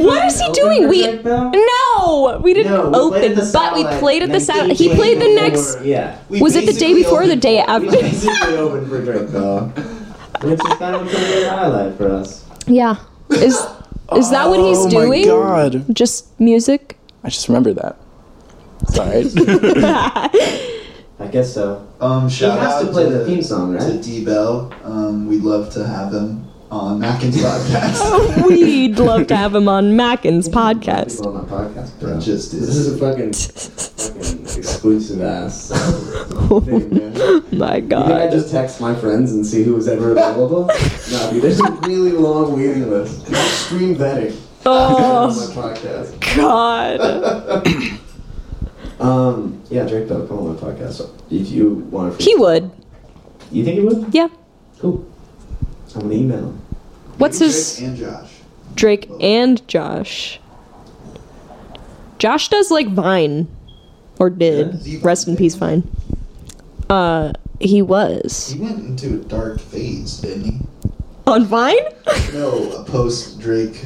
Speaker 3: [LAUGHS] what is he doing? We
Speaker 1: Drake Bell?
Speaker 3: No, we didn't
Speaker 1: No, we played
Speaker 3: open,
Speaker 1: at the
Speaker 3: but we
Speaker 1: Satellite
Speaker 3: played at the
Speaker 1: nineteen
Speaker 3: satellite. He played the next
Speaker 1: Yeah.
Speaker 4: We
Speaker 3: Was it the day
Speaker 4: basically
Speaker 3: before or the
Speaker 4: opened-
Speaker 3: day
Speaker 1: We
Speaker 4: [LAUGHS]
Speaker 3: after?
Speaker 1: basically opened for Drake Bell. Which is kind of a good highlight for us.
Speaker 3: [LAUGHS] Yeah. Is is that what he's
Speaker 2: oh
Speaker 3: doing?
Speaker 2: my god!
Speaker 3: Just music?
Speaker 2: I just remember that. Sorry.
Speaker 1: I guess so.
Speaker 4: Um,
Speaker 1: He
Speaker 4: shout
Speaker 1: has
Speaker 4: out
Speaker 1: to play the theme song,
Speaker 4: to
Speaker 1: right?
Speaker 4: D Bell. Um, we'd love to have him on Mackin's
Speaker 1: [LAUGHS]
Speaker 4: podcast.
Speaker 3: [LAUGHS] We'd love to have him on Mackin's podcast.
Speaker 1: People on my podcast, bro.
Speaker 4: It just
Speaker 1: This is
Speaker 4: is.
Speaker 1: a fucking, fucking exclusive ass thing, man. You
Speaker 3: Oh My
Speaker 1: think I
Speaker 3: [LAUGHS] god.
Speaker 1: just text my friends and see who was ever available? no, dude, there's a really long waiting list. Extreme vetting on
Speaker 3: Oh
Speaker 1: my podcast.
Speaker 3: god.
Speaker 1: Um, yeah, Drake Bell, come on my podcast. If you want to.
Speaker 3: He would.
Speaker 1: You think he would?
Speaker 3: Yeah.
Speaker 1: Cool. I'm gonna email him.
Speaker 3: What's his
Speaker 4: And Josh.
Speaker 3: Drake and Josh? Josh does like Vine or did. Rest in peace Vine. Uh he was
Speaker 4: He went into a dark phase, didn't he?
Speaker 3: on Vine?
Speaker 4: No, a post Drake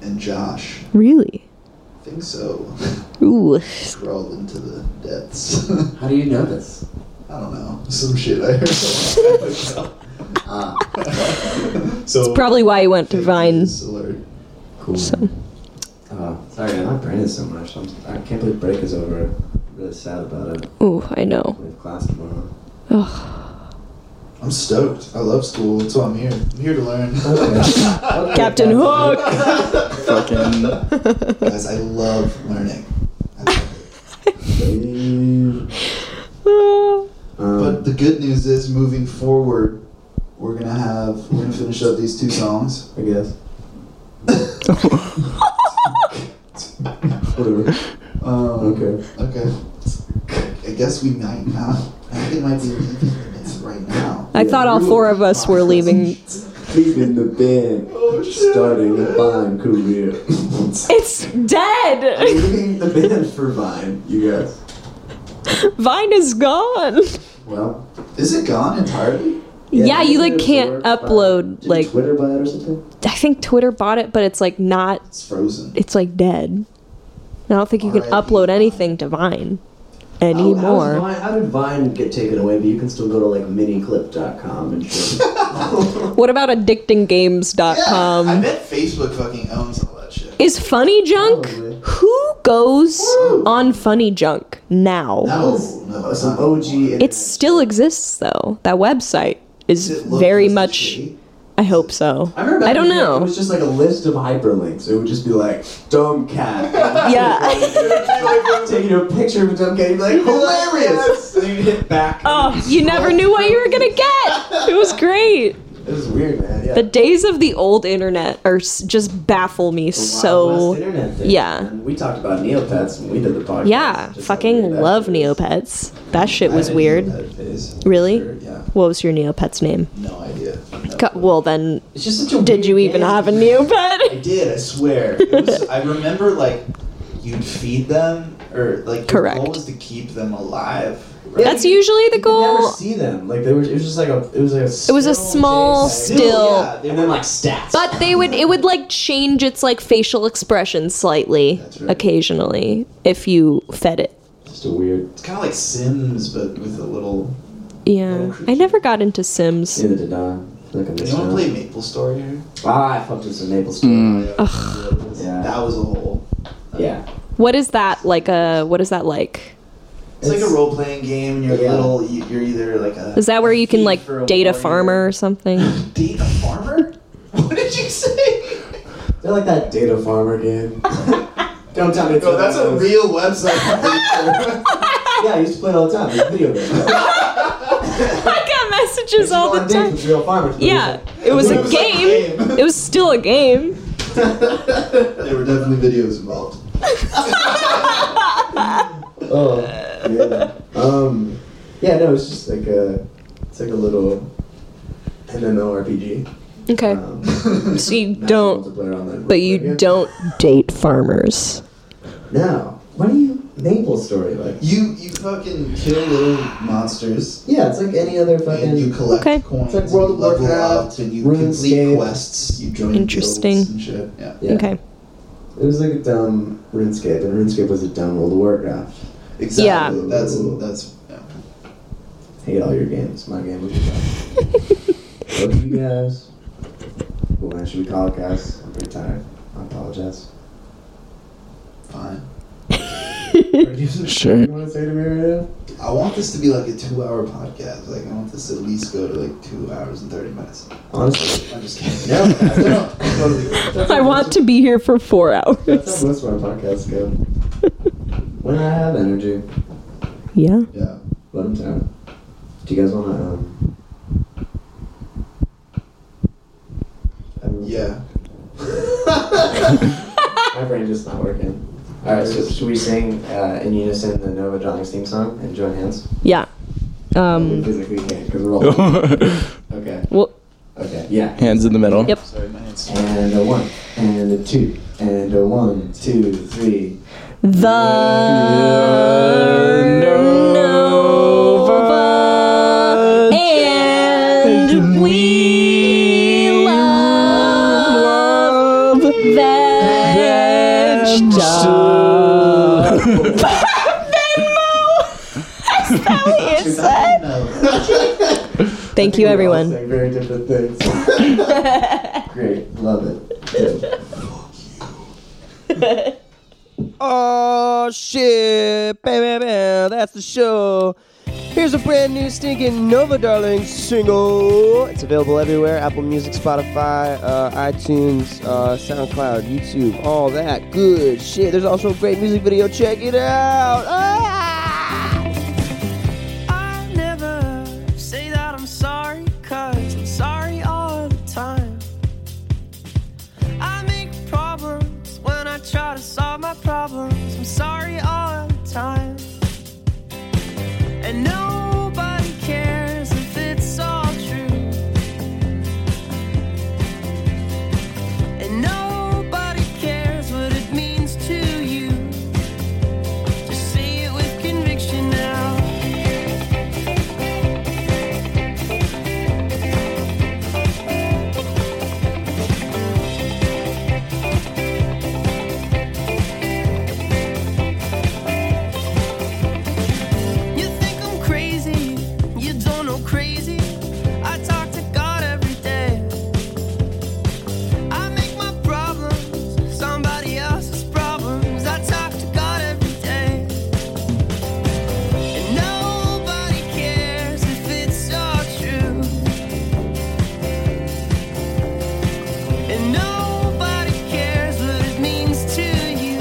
Speaker 4: and Josh.
Speaker 3: really?
Speaker 4: I think so. [LAUGHS]
Speaker 3: Ooh.
Speaker 4: Crawled into the depths. [LAUGHS]
Speaker 1: How do you know this?
Speaker 4: I don't know. Some shit I heard. a long time [LAUGHS] ago.
Speaker 1: Ah.
Speaker 4: so
Speaker 3: Probably why he went to
Speaker 4: fake
Speaker 3: Vine.
Speaker 4: news alert.
Speaker 1: Cool.
Speaker 3: So
Speaker 1: Uh, sorry, I like Brandon so much. I'm, I can't believe break is over. I'm really sad about it.
Speaker 3: ooh, I know.
Speaker 1: We have class tomorrow.
Speaker 4: I'm stoked. I love school. That's why I'm here. I'm here to learn.
Speaker 3: Captain Hook!
Speaker 2: Fucking.
Speaker 4: [LAUGHS] Guys, I love learning. I love it.
Speaker 1: Um,
Speaker 4: But the good news is, moving forward, we're gonna have we're gonna finish up these two songs.
Speaker 1: I guess. Whatever.
Speaker 4: Um,
Speaker 1: Okay.
Speaker 4: Okay. I guess we might not. I think it might be leaving the band right now.
Speaker 3: I thought all four of us were leaving.
Speaker 1: Leaving the band,
Speaker 5: Oh,
Speaker 1: starting a Vine career.
Speaker 3: It's dead!
Speaker 1: Leaving the band for Vine, you guys.
Speaker 3: Vine is gone!
Speaker 1: Well,
Speaker 4: Is it gone entirely?
Speaker 3: Yeah, you like
Speaker 1: Twitter
Speaker 3: can't
Speaker 1: bought-
Speaker 3: upload
Speaker 1: did
Speaker 3: like
Speaker 1: Twitter buy it or something.
Speaker 3: I think Twitter bought it, but it's like not
Speaker 4: It's frozen.
Speaker 3: it's like dead. And I don't think you can
Speaker 4: R.I.P.
Speaker 3: upload anything to Vine
Speaker 1: How,
Speaker 3: anymore.
Speaker 1: how's Vine, how did Vine get taken away? But you can still go to like miniclip.com and shit.
Speaker 3: What about addictinggames.com?
Speaker 4: I bet Um, Facebook fucking owns all that shit.
Speaker 3: Is funny junk?
Speaker 1: Probably.
Speaker 3: Who goes on funny junk now?
Speaker 4: No, no,
Speaker 1: Uh,
Speaker 4: it's
Speaker 1: some
Speaker 4: not.
Speaker 1: OG. internet-
Speaker 3: It still exists though. That website is
Speaker 4: Does it look
Speaker 3: very
Speaker 4: just as
Speaker 3: much
Speaker 4: shitty?
Speaker 3: I hope so.
Speaker 1: I remember. back
Speaker 3: I don't
Speaker 1: in the day, It
Speaker 3: know.
Speaker 1: was just like a list of hyperlinks. It would just be like dumb
Speaker 5: [LAUGHS]
Speaker 1: cat.
Speaker 3: Yeah.
Speaker 1: Taking a picture of a dumb cat, you'd be
Speaker 5: [LAUGHS]
Speaker 1: like hilarious. and then you'd hit back.
Speaker 3: oh, you never knew what you were going to get. It was great.
Speaker 1: It was weird, man. Yeah.
Speaker 3: The days of the old internet are s- just baffle me
Speaker 1: Wild West
Speaker 3: so.
Speaker 1: internet thing.
Speaker 3: yeah.
Speaker 1: And we talked about Neopets when we did the podcast.
Speaker 3: Yeah,
Speaker 1: Just how
Speaker 3: fucking
Speaker 1: weird that
Speaker 3: love
Speaker 1: shit is.
Speaker 3: Neopets. That shit
Speaker 4: I
Speaker 3: was
Speaker 4: didn't
Speaker 3: weird.
Speaker 4: know that phase.
Speaker 3: Really?
Speaker 4: Sure, yeah.
Speaker 3: What was your Neopet's name?
Speaker 4: No idea. No.
Speaker 3: Co- Well, then,
Speaker 4: It's just such a.
Speaker 3: did you even have a Neopet?
Speaker 4: I did. I swear. It
Speaker 3: [LAUGHS]
Speaker 4: was, I remember like you'd feed them or like
Speaker 3: Correct.
Speaker 4: your goal was to keep them alive. Right?
Speaker 3: That's usually the
Speaker 1: You could never
Speaker 3: goal.
Speaker 1: see them. Like they were. It was just like a. It was like a.
Speaker 3: It was a small
Speaker 4: Still,
Speaker 3: still.
Speaker 4: yeah, they
Speaker 1: And
Speaker 4: were
Speaker 1: then
Speaker 4: like
Speaker 1: like stats.
Speaker 3: But they would it would like change its like facial expression slightly
Speaker 4: That's right.
Speaker 3: occasionally if you fed it.
Speaker 1: just a weird.
Speaker 4: it's kind of like Sims, but with a little.
Speaker 3: Yeah. I never got into Sims.
Speaker 1: Neither did I. Look at this.
Speaker 4: You want to
Speaker 1: now.
Speaker 4: play Maple Story here?
Speaker 1: Ah, I fucked with some maple syrup.
Speaker 3: Mm.
Speaker 2: Mm,
Speaker 1: Yeah.
Speaker 4: That was a whole.
Speaker 1: Yeah.
Speaker 3: What is that like a what is that like?
Speaker 4: It's, like a role playing game, and you're
Speaker 1: Yeah.
Speaker 4: little. you- You're either like a
Speaker 3: Is that where you can
Speaker 4: thief
Speaker 3: like
Speaker 4: or a
Speaker 3: date a [LAUGHS]
Speaker 4: warrior.
Speaker 3: farmer or something?
Speaker 4: Date a farmer? [LAUGHS] What did you say?
Speaker 1: They're like that data farmer
Speaker 4: [LAUGHS]
Speaker 1: game. Don't tell me.
Speaker 4: No, that's a real
Speaker 1: [LAUGHS]
Speaker 4: website.
Speaker 1: Yeah, I used to play it all the time. It's a video game.
Speaker 3: I got messages all the
Speaker 1: It's a
Speaker 3: time.
Speaker 1: real farmers.
Speaker 3: Yeah, it was a
Speaker 4: It was like a
Speaker 3: game.
Speaker 4: game. [LAUGHS]
Speaker 3: It was still a game.
Speaker 4: there were definitely videos involved. [LAUGHS]
Speaker 1: Oh, yeah. Um, yeah, no, it's just like a, it's like a little MMORPG.
Speaker 3: Okay.
Speaker 1: Um,
Speaker 3: So you
Speaker 1: not
Speaker 3: don't,
Speaker 1: multiplayer online.
Speaker 3: but you don't date farmers.
Speaker 1: No. What do you maple story like?
Speaker 4: You you fucking kill little monsters
Speaker 1: Yeah, it's like any other
Speaker 4: and you
Speaker 1: fucking.
Speaker 4: collect
Speaker 3: Okay.
Speaker 4: coins.
Speaker 1: It's like
Speaker 4: and
Speaker 1: World
Speaker 4: you
Speaker 1: of
Speaker 4: level
Speaker 1: Warcraft,
Speaker 4: up, and you
Speaker 1: RuneScape.
Speaker 4: complete quests. You join
Speaker 3: Interesting.
Speaker 4: guilds and shit. Yeah.
Speaker 1: Yeah.
Speaker 3: Okay.
Speaker 1: It was like a dumb RuneScape, and RuneScape was a dumb World of Warcraft.
Speaker 4: Exactly.
Speaker 3: Yeah.
Speaker 4: That's that's. Yeah.
Speaker 1: Hate all your games. My game was just Love you guys. Well, man, should we call it, guys? I'm pretty tired. I apologize.
Speaker 4: Fine.
Speaker 1: Producer,
Speaker 2: Sure. [LAUGHS]
Speaker 1: You want to say to me right now?
Speaker 4: I want this to be like a two-hour podcast. Like I want this to at least go to like two hours and thirty minutes.
Speaker 1: Honestly,
Speaker 4: I'm just kidding.
Speaker 1: no. I don't.
Speaker 4: I'm totally kidding.
Speaker 3: I want to be here for four
Speaker 1: That's
Speaker 3: hours.
Speaker 1: how most of my podcasts go. When I have energy,
Speaker 3: Yeah.
Speaker 4: Yeah.
Speaker 1: let them down. Do you guys want to? Um, I don't know.
Speaker 4: Yeah.
Speaker 1: My brain just not working. All right, so should we sing uh, in unison the Nova Johnny's theme song and join hands?
Speaker 3: Yeah.
Speaker 1: We
Speaker 3: Um.
Speaker 1: physically can't because we're all okay.
Speaker 3: Well.
Speaker 1: Okay, yeah.
Speaker 2: Hands in the middle.
Speaker 3: Yep.
Speaker 4: Sorry, my hands.
Speaker 1: And a one, and a two, and a one, two, three.
Speaker 3: The Nova. And we love veg stuff. Thank you, everyone.
Speaker 1: Saying very different things. Great, love it. Good.
Speaker 7: Oh shit, baby, baby, that's the show. Here's a brand new stinking Nova Darling single. It's available everywhere Apple Music, Spotify, uh, iTunes, uh, SoundCloud, YouTube, all that good shit. There's also a great music video. Check it out. Ah!
Speaker 8: I never say that I'm sorry, cause I'm sorry all the time. I make problems when I try to solve my problems. I'm sorry all the time. And nobody cares if it's all true. And nobody cares what it means to you. Just say it with conviction now. You think I'm crazy, you don't know crazy. I talk to God every day. I make my problems somebody else's problems. I talk to God every day. And nobody cares if it's all true. And nobody cares what it means to you.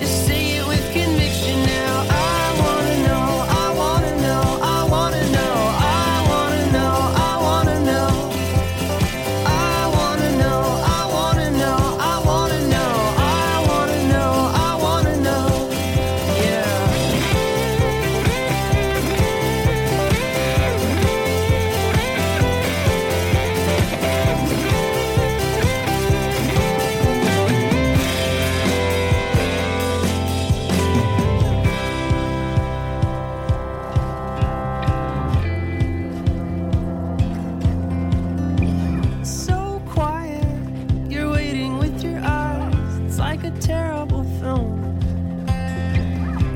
Speaker 8: Just say it with conviction now. I wanna know, I wanna know, I wanna know, I wanna know, I wanna know. I wanna know, I wanna know, I wanna know, I wanna know, I wanna know. Yeah. so quiet. You're waiting with your eyes. It's like a terrible film.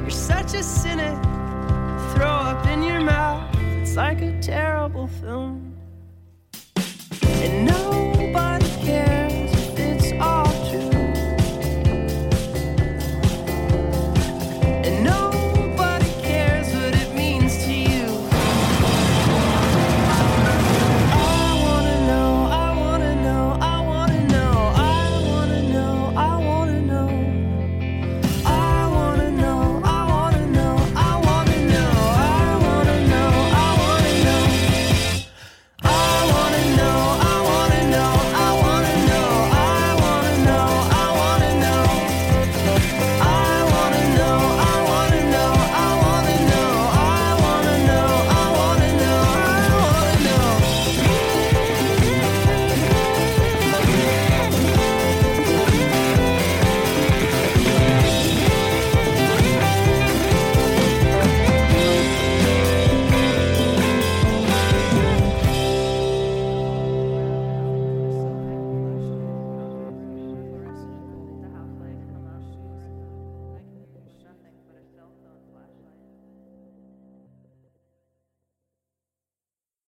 Speaker 8: You're such a cynic. Throw up in your mouth. It's like a terrible film. And